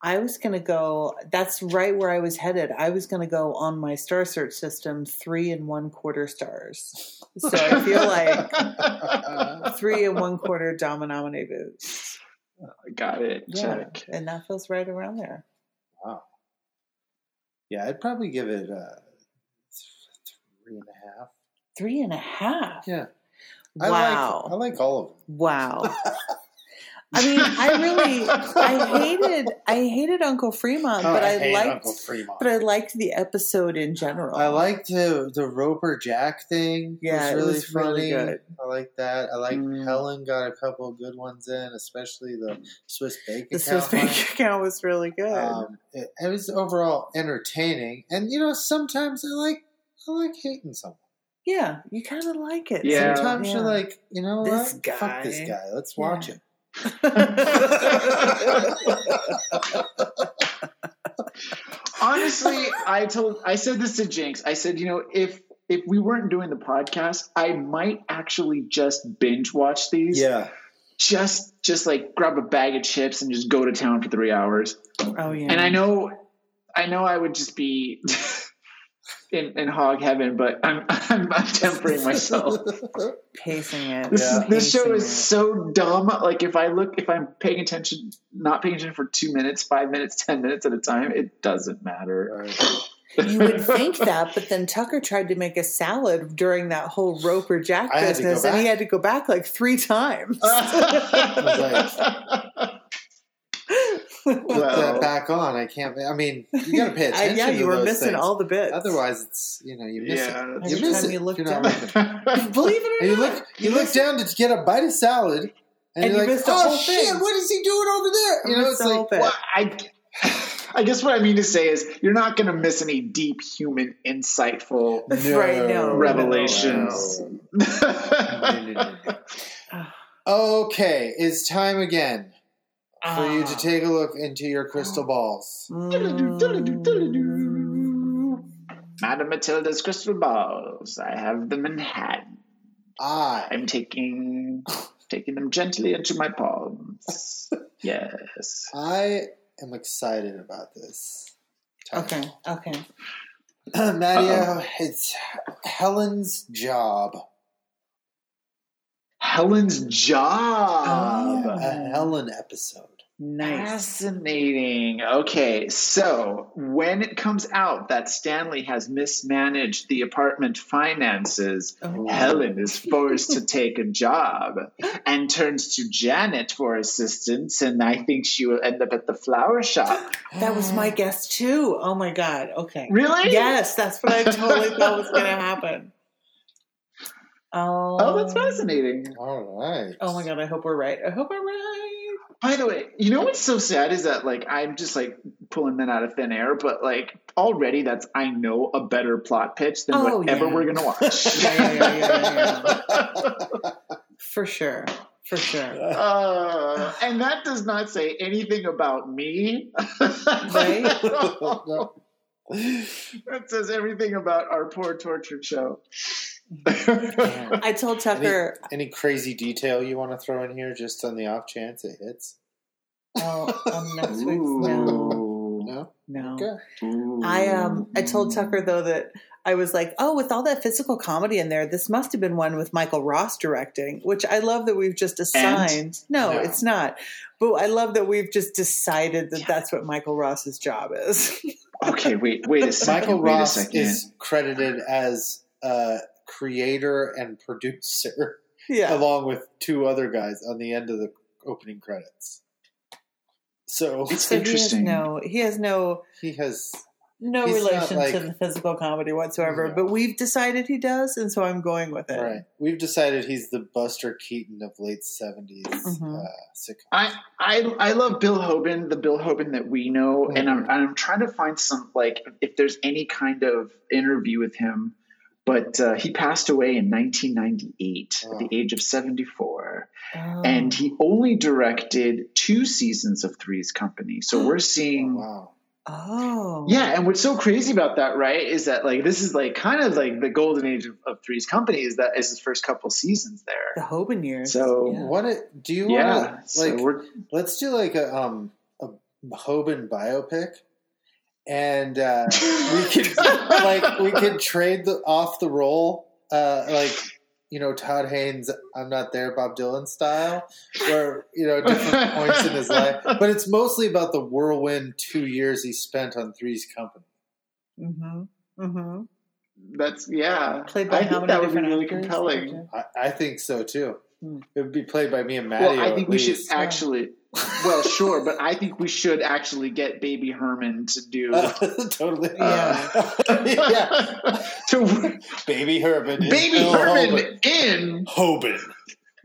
Speaker 3: I was gonna go. That's right where I was headed. I was gonna go on my star search system three and one quarter stars. So I feel like three and one quarter Dominomine boots.
Speaker 2: Got it.
Speaker 3: Yeah,
Speaker 2: Check.
Speaker 3: and that feels right around there.
Speaker 1: yeah, I'd probably give it uh, th- three and a half.
Speaker 3: Three and a half.
Speaker 1: Yeah. I
Speaker 3: Wow.
Speaker 1: Like, Oh. I like all of them.
Speaker 3: Wow. I mean, I really, I hated, I hated Uncle Fremont,
Speaker 1: Oh,
Speaker 3: Um, but
Speaker 1: I
Speaker 3: I,
Speaker 1: hate
Speaker 3: liked,
Speaker 1: Uncle Fremont.
Speaker 3: but I liked the episode in general.
Speaker 1: I liked the the Roper Jack thing.
Speaker 3: Yeah,
Speaker 1: it
Speaker 3: it
Speaker 1: was really funny.
Speaker 3: was really good.
Speaker 1: I like that. I like
Speaker 2: Mm.
Speaker 1: Helen got a couple of good ones in, especially the Swiss bacon.
Speaker 3: the Swiss
Speaker 1: Town one.
Speaker 3: bank account was really good.
Speaker 1: Um, it, it was overall entertaining, and you know sometimes I like I like hating someone.
Speaker 3: yeah, you kind of like it.
Speaker 2: Yeah.
Speaker 1: Sometimes you're like, you know
Speaker 3: This
Speaker 1: what? Fuck this
Speaker 3: guy.
Speaker 1: guy. Let's watch
Speaker 3: Yeah.
Speaker 1: him.
Speaker 2: Honestly, I told I said this to Jinx. I said, you know, if if we weren't doing the podcast, I might actually just binge watch these.
Speaker 1: Yeah.
Speaker 2: Just just like grab a bag of chips and just go to town for three hours.
Speaker 3: oh yeah,
Speaker 2: And I know I know I would just be in, in hog heaven, but I'm I'm, I'm tempering myself.
Speaker 3: pacing it.
Speaker 2: This,
Speaker 1: Yeah.
Speaker 2: is, this show
Speaker 3: pacing
Speaker 2: is
Speaker 3: it.
Speaker 2: so dumb. Like if I look, if I'm paying attention, not paying attention for two minutes, five minutes, ten minutes at a time, it doesn't matter.
Speaker 3: You would think that, but then Tucker tried to make a salad during that whole Roper Jack
Speaker 1: I had to go
Speaker 3: business, and he
Speaker 1: back. Uh,
Speaker 3: had to go back like three times.
Speaker 1: Put that
Speaker 2: Well.
Speaker 1: back on. I can't. I mean, you got to pay
Speaker 3: I-
Speaker 1: attention.
Speaker 3: yeah,
Speaker 1: to
Speaker 3: you were
Speaker 1: those
Speaker 3: missing
Speaker 1: things.
Speaker 3: all the bits.
Speaker 1: Otherwise, it's you know you miss
Speaker 2: Yeah,
Speaker 1: it.
Speaker 2: that's
Speaker 1: You
Speaker 3: Every
Speaker 1: miss
Speaker 3: time
Speaker 1: it.
Speaker 3: you look
Speaker 1: You're not
Speaker 3: down.
Speaker 1: looking.
Speaker 3: believe it or
Speaker 1: And you
Speaker 3: not,
Speaker 1: look, you look down to get a bite of salad, and,
Speaker 3: And
Speaker 1: you're
Speaker 3: you
Speaker 1: like,
Speaker 3: missed the
Speaker 1: "Oh
Speaker 3: whole
Speaker 1: shit,
Speaker 3: thing."
Speaker 1: what is he doing over there?" You know, it's like,
Speaker 2: Well, I, I guess what I mean to say is you're not going to miss any deep human insightful.
Speaker 1: no,
Speaker 3: Right, no.
Speaker 2: Revelations.
Speaker 1: no. No, no, no, no. Okay, it's time again for you
Speaker 3: Ah.
Speaker 1: to take a look into your crystal balls.
Speaker 3: Mm.
Speaker 2: Madam Matilda's crystal balls. I have them in hand.
Speaker 1: I
Speaker 2: I'm taking taking them gently into my palms. Yes.
Speaker 1: I am excited about this.
Speaker 3: Okay, okay.
Speaker 1: Matteo, it's Helen's job.
Speaker 2: Helen's job.
Speaker 3: Oh.
Speaker 1: A Helen episode.
Speaker 3: Nice.
Speaker 2: Fascinating. Okay, so when it comes out that Stanley has mismanaged the apartment finances,
Speaker 3: Oh.
Speaker 2: Helen is forced to take a job and turns to Janet for assistance, and I think she will end up at the flower shop.
Speaker 3: That was my guess too. Oh my god. Okay.
Speaker 2: Really?
Speaker 3: Yes, that's what I totally thought was going to happen. Oh,
Speaker 2: Oh, that's fascinating.
Speaker 1: All right.
Speaker 3: Oh my god, I hope we're right. I hope I'm right.
Speaker 2: By the way, you know what's so sad is that like I'm just like pulling that out of thin air, but like already that's I know a better plot pitch than
Speaker 3: Oh,
Speaker 2: whatever
Speaker 3: yeah.
Speaker 2: we're gonna watch.
Speaker 3: Yeah, yeah, yeah, yeah, yeah, For sure. For sure.
Speaker 2: Uh, and that does not say anything about me.
Speaker 3: Right?
Speaker 1: No.
Speaker 2: That says everything about our poor tortured show.
Speaker 3: I told Tucker,
Speaker 1: Any crazy detail you want to throw in here just on the off chance it hits?
Speaker 3: oh, um, next week's no.
Speaker 2: Ooh.
Speaker 1: No?
Speaker 3: No.
Speaker 1: Okay.
Speaker 2: Ooh.
Speaker 3: I um I told Tucker though that I was like, oh, with all that physical comedy in there, this must have been one with Michael Ross directing, which I love that we've just assigned. No,
Speaker 1: No.
Speaker 3: it's not. But I love that we've just decided that that's what Michael Ross's job is.
Speaker 2: Okay, wait, wait a second.
Speaker 1: Michael
Speaker 2: wait a
Speaker 1: Ross
Speaker 2: second.
Speaker 1: is credited as uh, creator and producer,
Speaker 3: yeah.
Speaker 1: along with two other guys on the end of the opening credits. So
Speaker 2: it's
Speaker 3: So
Speaker 2: interesting.
Speaker 3: He has no, he has no
Speaker 1: he has.
Speaker 3: no
Speaker 1: He's not,
Speaker 3: relation
Speaker 1: like-
Speaker 3: to the physical comedy whatsoever,
Speaker 1: No.
Speaker 3: but we've decided he does, and so I'm going with it.
Speaker 1: Right. We've decided he's the Buster Keaton of late 70s
Speaker 2: Mm-hmm.
Speaker 3: Mhm.
Speaker 1: uh, sitcom.
Speaker 2: I, I I love Bill Hoban, the Bill Hoban that we know, and
Speaker 1: Mm-hmm.
Speaker 2: I'm I'm trying to find some like if there's any kind of interview with him, but uh, he passed away in 1998 at
Speaker 1: Oh.
Speaker 2: the age of 74,
Speaker 3: Oh.
Speaker 2: and he only directed two seasons of Three's Company. So we're
Speaker 1: Oh,
Speaker 2: seeing.
Speaker 1: wow.
Speaker 3: oh,
Speaker 2: Yeah, and what's so crazy about that, right, is that like this is like kind of like the golden age of, of Three's Company is that is his first couple seasons
Speaker 3: the
Speaker 2: there.
Speaker 3: Hoban years.
Speaker 2: So,
Speaker 3: yeah.
Speaker 1: What it, do you
Speaker 2: Yeah,
Speaker 1: want? to
Speaker 2: so
Speaker 1: Like,
Speaker 2: we're
Speaker 1: let's do like a um a Hoban biopic, and uh, we could like we could trade the off the role, uh, like you know Todd Haynes, I'm not there, Bob Dylan style, where you know different points in his life, but it's mostly about the whirlwind two years he spent on Three's Company.
Speaker 3: hmm hmm
Speaker 2: That's yeah.
Speaker 3: Played by
Speaker 2: I
Speaker 3: how
Speaker 2: think that
Speaker 3: many
Speaker 2: would be
Speaker 3: different
Speaker 2: really
Speaker 3: actors?
Speaker 2: compelling.
Speaker 1: I, I think so too.
Speaker 3: Hmm.
Speaker 1: It would be played by me and Maddie.
Speaker 2: Well, I think we should
Speaker 3: yeah.
Speaker 2: actually. Well, sure, but I think we should actually get Baby Herman to do.
Speaker 1: totally.
Speaker 2: Uh.
Speaker 3: Yeah.
Speaker 1: yeah.
Speaker 2: to
Speaker 1: Baby Herbin. is
Speaker 2: Baby
Speaker 1: Bill Hoban.
Speaker 2: Herman in
Speaker 1: Hoban.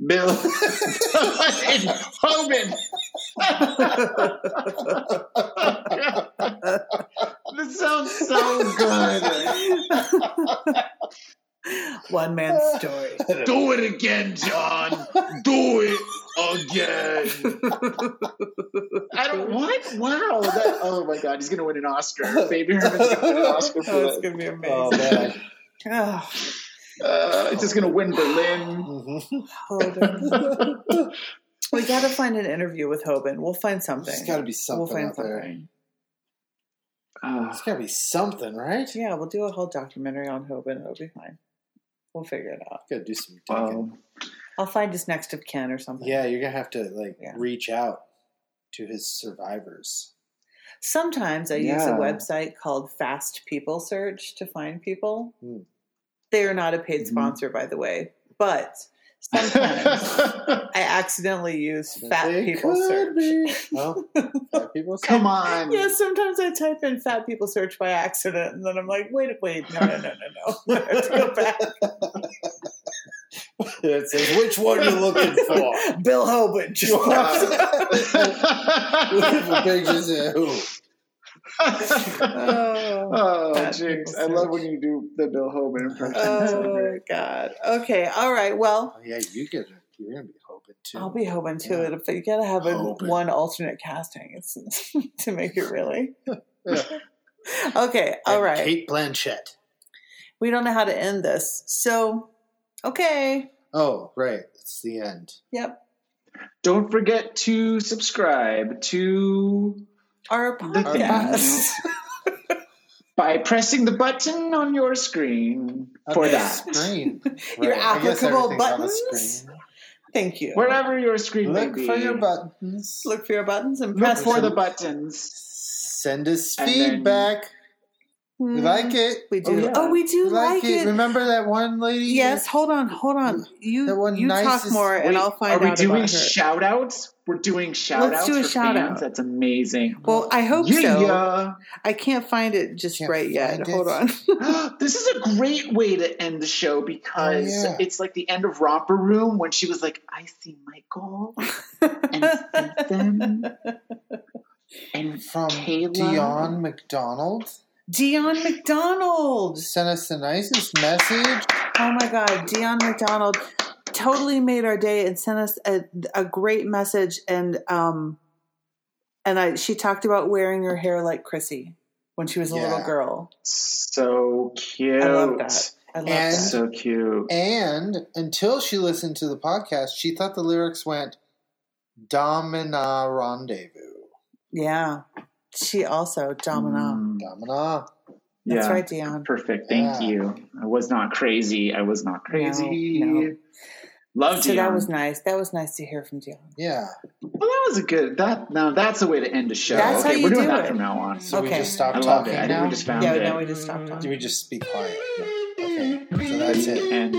Speaker 2: Bill in Hoban. this sounds so good.
Speaker 3: One man's story.
Speaker 2: Do it again, John. Do it again. I don't. What? Wow. That, oh my God. He's gonna win an Oscar. Baby Herman's gonna win an Oscar for
Speaker 3: Oh, it's
Speaker 2: that.
Speaker 3: gonna be
Speaker 1: Oh
Speaker 3: amazing.
Speaker 1: man.
Speaker 3: Oh,
Speaker 2: Uh, it's just gonna win Berlin.
Speaker 1: Mhm.
Speaker 3: Hoban. we gotta find an interview with Hoban. We'll find something.
Speaker 1: There's got to be something
Speaker 3: we'll find
Speaker 1: out there.
Speaker 3: something.
Speaker 2: Uh,
Speaker 1: It's got to be something, right?
Speaker 3: Yeah, we'll do a whole documentary on Hoban. It'll be fine. We'll figure it out.
Speaker 1: Got to do some digging.
Speaker 2: well,
Speaker 3: I'll find his next of kin or something.
Speaker 1: yeah, you're gonna have to like
Speaker 3: Yeah.
Speaker 1: reach out to his survivors.
Speaker 3: Sometimes I use a
Speaker 2: Yeah.
Speaker 3: website called Fast People Search to find people.
Speaker 1: Hmm. Mm-hmm.
Speaker 3: They are not a paid
Speaker 2: Mhm.
Speaker 3: sponsor, by the way, but sometimes I accidentally use Fat
Speaker 1: They
Speaker 3: People
Speaker 1: could
Speaker 3: Search.
Speaker 1: be. Well, fat people. search.
Speaker 2: Come on.
Speaker 3: Yeah, sometimes I type in "fat people search" by accident, and then I'm like, "Wait, wait, no, no, no, no, no!" I have to go back.
Speaker 1: It says which one you're looking for.
Speaker 3: Bill Hoban just pops
Speaker 2: Oh,
Speaker 3: up.
Speaker 1: The pages, uh, who?
Speaker 3: Oh,
Speaker 2: oh,
Speaker 3: Bad
Speaker 2: jinx.
Speaker 3: people
Speaker 2: I love
Speaker 3: search.
Speaker 2: when you do the Bill Hoban impression. It's so great.
Speaker 3: oh God. Okay. All right. Well,
Speaker 1: Oh, yeah, you get. You're gonna be hoping too.
Speaker 3: I'll be Hoban too.
Speaker 1: Yeah.
Speaker 3: It'll- But you gotta have a,
Speaker 1: Hoban.
Speaker 3: one alternate casting it's, to make it really. okay. All
Speaker 1: And
Speaker 3: right.
Speaker 1: Kate Blanchett.
Speaker 3: we don't know how to end this, so okay.
Speaker 1: Oh, right. It's the end.
Speaker 3: Yep.
Speaker 2: Don't forget to subscribe to
Speaker 3: Our podcast.
Speaker 2: by pressing the button on your screen for
Speaker 1: On the
Speaker 2: that.
Speaker 1: screen.
Speaker 3: Your
Speaker 1: Right, I guess everything's
Speaker 3: applicable
Speaker 1: on the
Speaker 3: buttons.
Speaker 1: screen.
Speaker 3: Thank you.
Speaker 2: Wherever your screen may
Speaker 1: Look
Speaker 2: be.
Speaker 1: for your buttons.
Speaker 3: Look for your buttons and
Speaker 2: Look
Speaker 3: press
Speaker 2: for the
Speaker 3: them.
Speaker 2: buttons.
Speaker 1: Send us
Speaker 2: And then-
Speaker 1: feedback. We
Speaker 3: Mm,
Speaker 1: like it.
Speaker 3: We do. Oh,
Speaker 2: Oh, yeah.
Speaker 3: we do
Speaker 1: We
Speaker 3: like, it.
Speaker 1: Remember that one lady?
Speaker 3: Yes. Hold on. Hold on. You
Speaker 1: The one
Speaker 3: you talk
Speaker 1: nicest-
Speaker 3: more, and
Speaker 2: Wait,
Speaker 3: I'll
Speaker 2: Are
Speaker 3: find
Speaker 2: we
Speaker 3: out
Speaker 2: doing
Speaker 3: about her.
Speaker 2: shout outs? We're doing shout outs
Speaker 3: do a
Speaker 2: for
Speaker 3: shout
Speaker 2: fans.
Speaker 3: out.
Speaker 2: That's amazing.
Speaker 3: well, I hope so.
Speaker 2: yeah.
Speaker 3: I can't find it just
Speaker 1: Can't
Speaker 3: right yet.
Speaker 1: find
Speaker 3: Hold
Speaker 1: it.
Speaker 3: on.
Speaker 2: this is a great way to end the show because
Speaker 1: Oh, yeah.
Speaker 2: it's like the end of Romper Room when she was like, I see Michael and Ethan and
Speaker 1: From
Speaker 2: Kayla.
Speaker 1: Dion McDonald.
Speaker 3: Dion McDonald.
Speaker 1: Sent us the nicest message.
Speaker 3: Oh my God, Dion McDonald totally made our day and sent us a, a great message. And um, and I she talked about wearing her hair like Chrissy when she was a little
Speaker 1: Yeah.
Speaker 3: girl.
Speaker 2: So cute.
Speaker 3: I love that. I love
Speaker 1: And-
Speaker 3: that.
Speaker 2: So cute.
Speaker 1: And until she listened to the podcast, she thought the lyrics went Domina Rendezvous.
Speaker 3: Yeah, she also Domino.
Speaker 2: Mm,
Speaker 1: Domina.
Speaker 3: That's
Speaker 2: yeah.
Speaker 3: right, Dion.
Speaker 2: Perfect. Thank
Speaker 1: Yeah.
Speaker 2: you. I was not crazy. I was not crazy.
Speaker 3: no.
Speaker 2: Love
Speaker 3: So
Speaker 2: Dion.
Speaker 3: that was nice. That was nice to hear from Dion.
Speaker 1: Yeah.
Speaker 2: Well, that was a good. That now that's a way to end a show.
Speaker 3: That's
Speaker 2: okay,
Speaker 3: how you
Speaker 2: we're doing
Speaker 3: do
Speaker 2: that
Speaker 3: it.
Speaker 2: from now on.
Speaker 1: So we
Speaker 3: Okay.
Speaker 1: just
Speaker 2: I
Speaker 1: stopped
Speaker 2: love
Speaker 1: talking
Speaker 2: it. I think
Speaker 1: now.
Speaker 2: we just found
Speaker 3: yeah,
Speaker 2: it.
Speaker 3: now we just stopped
Speaker 1: Do
Speaker 3: talking.
Speaker 1: we just be quiet? Okay. So that's it.
Speaker 2: and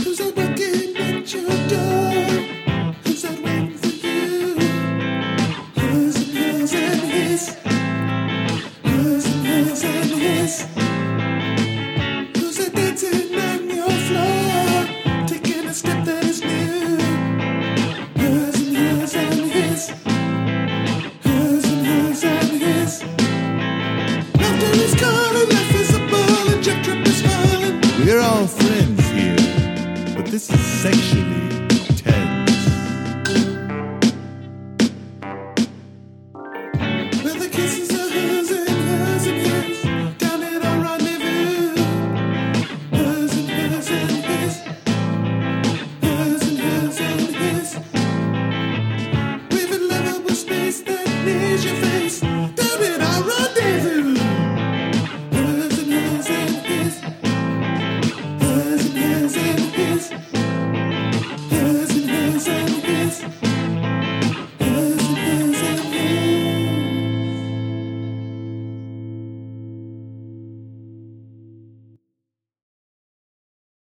Speaker 4: Who's that knocking at your door? Who's that waiting for you? Who's it, who's it, his? Who's it, who's it, his? Who's that dancing on your floor? Taking a step that is new. Who's it, who's it, his? Who's it, who's it, his? Laughter is calling, life is a ball, and your trip is falling.
Speaker 5: We're all friends here, but this is sexually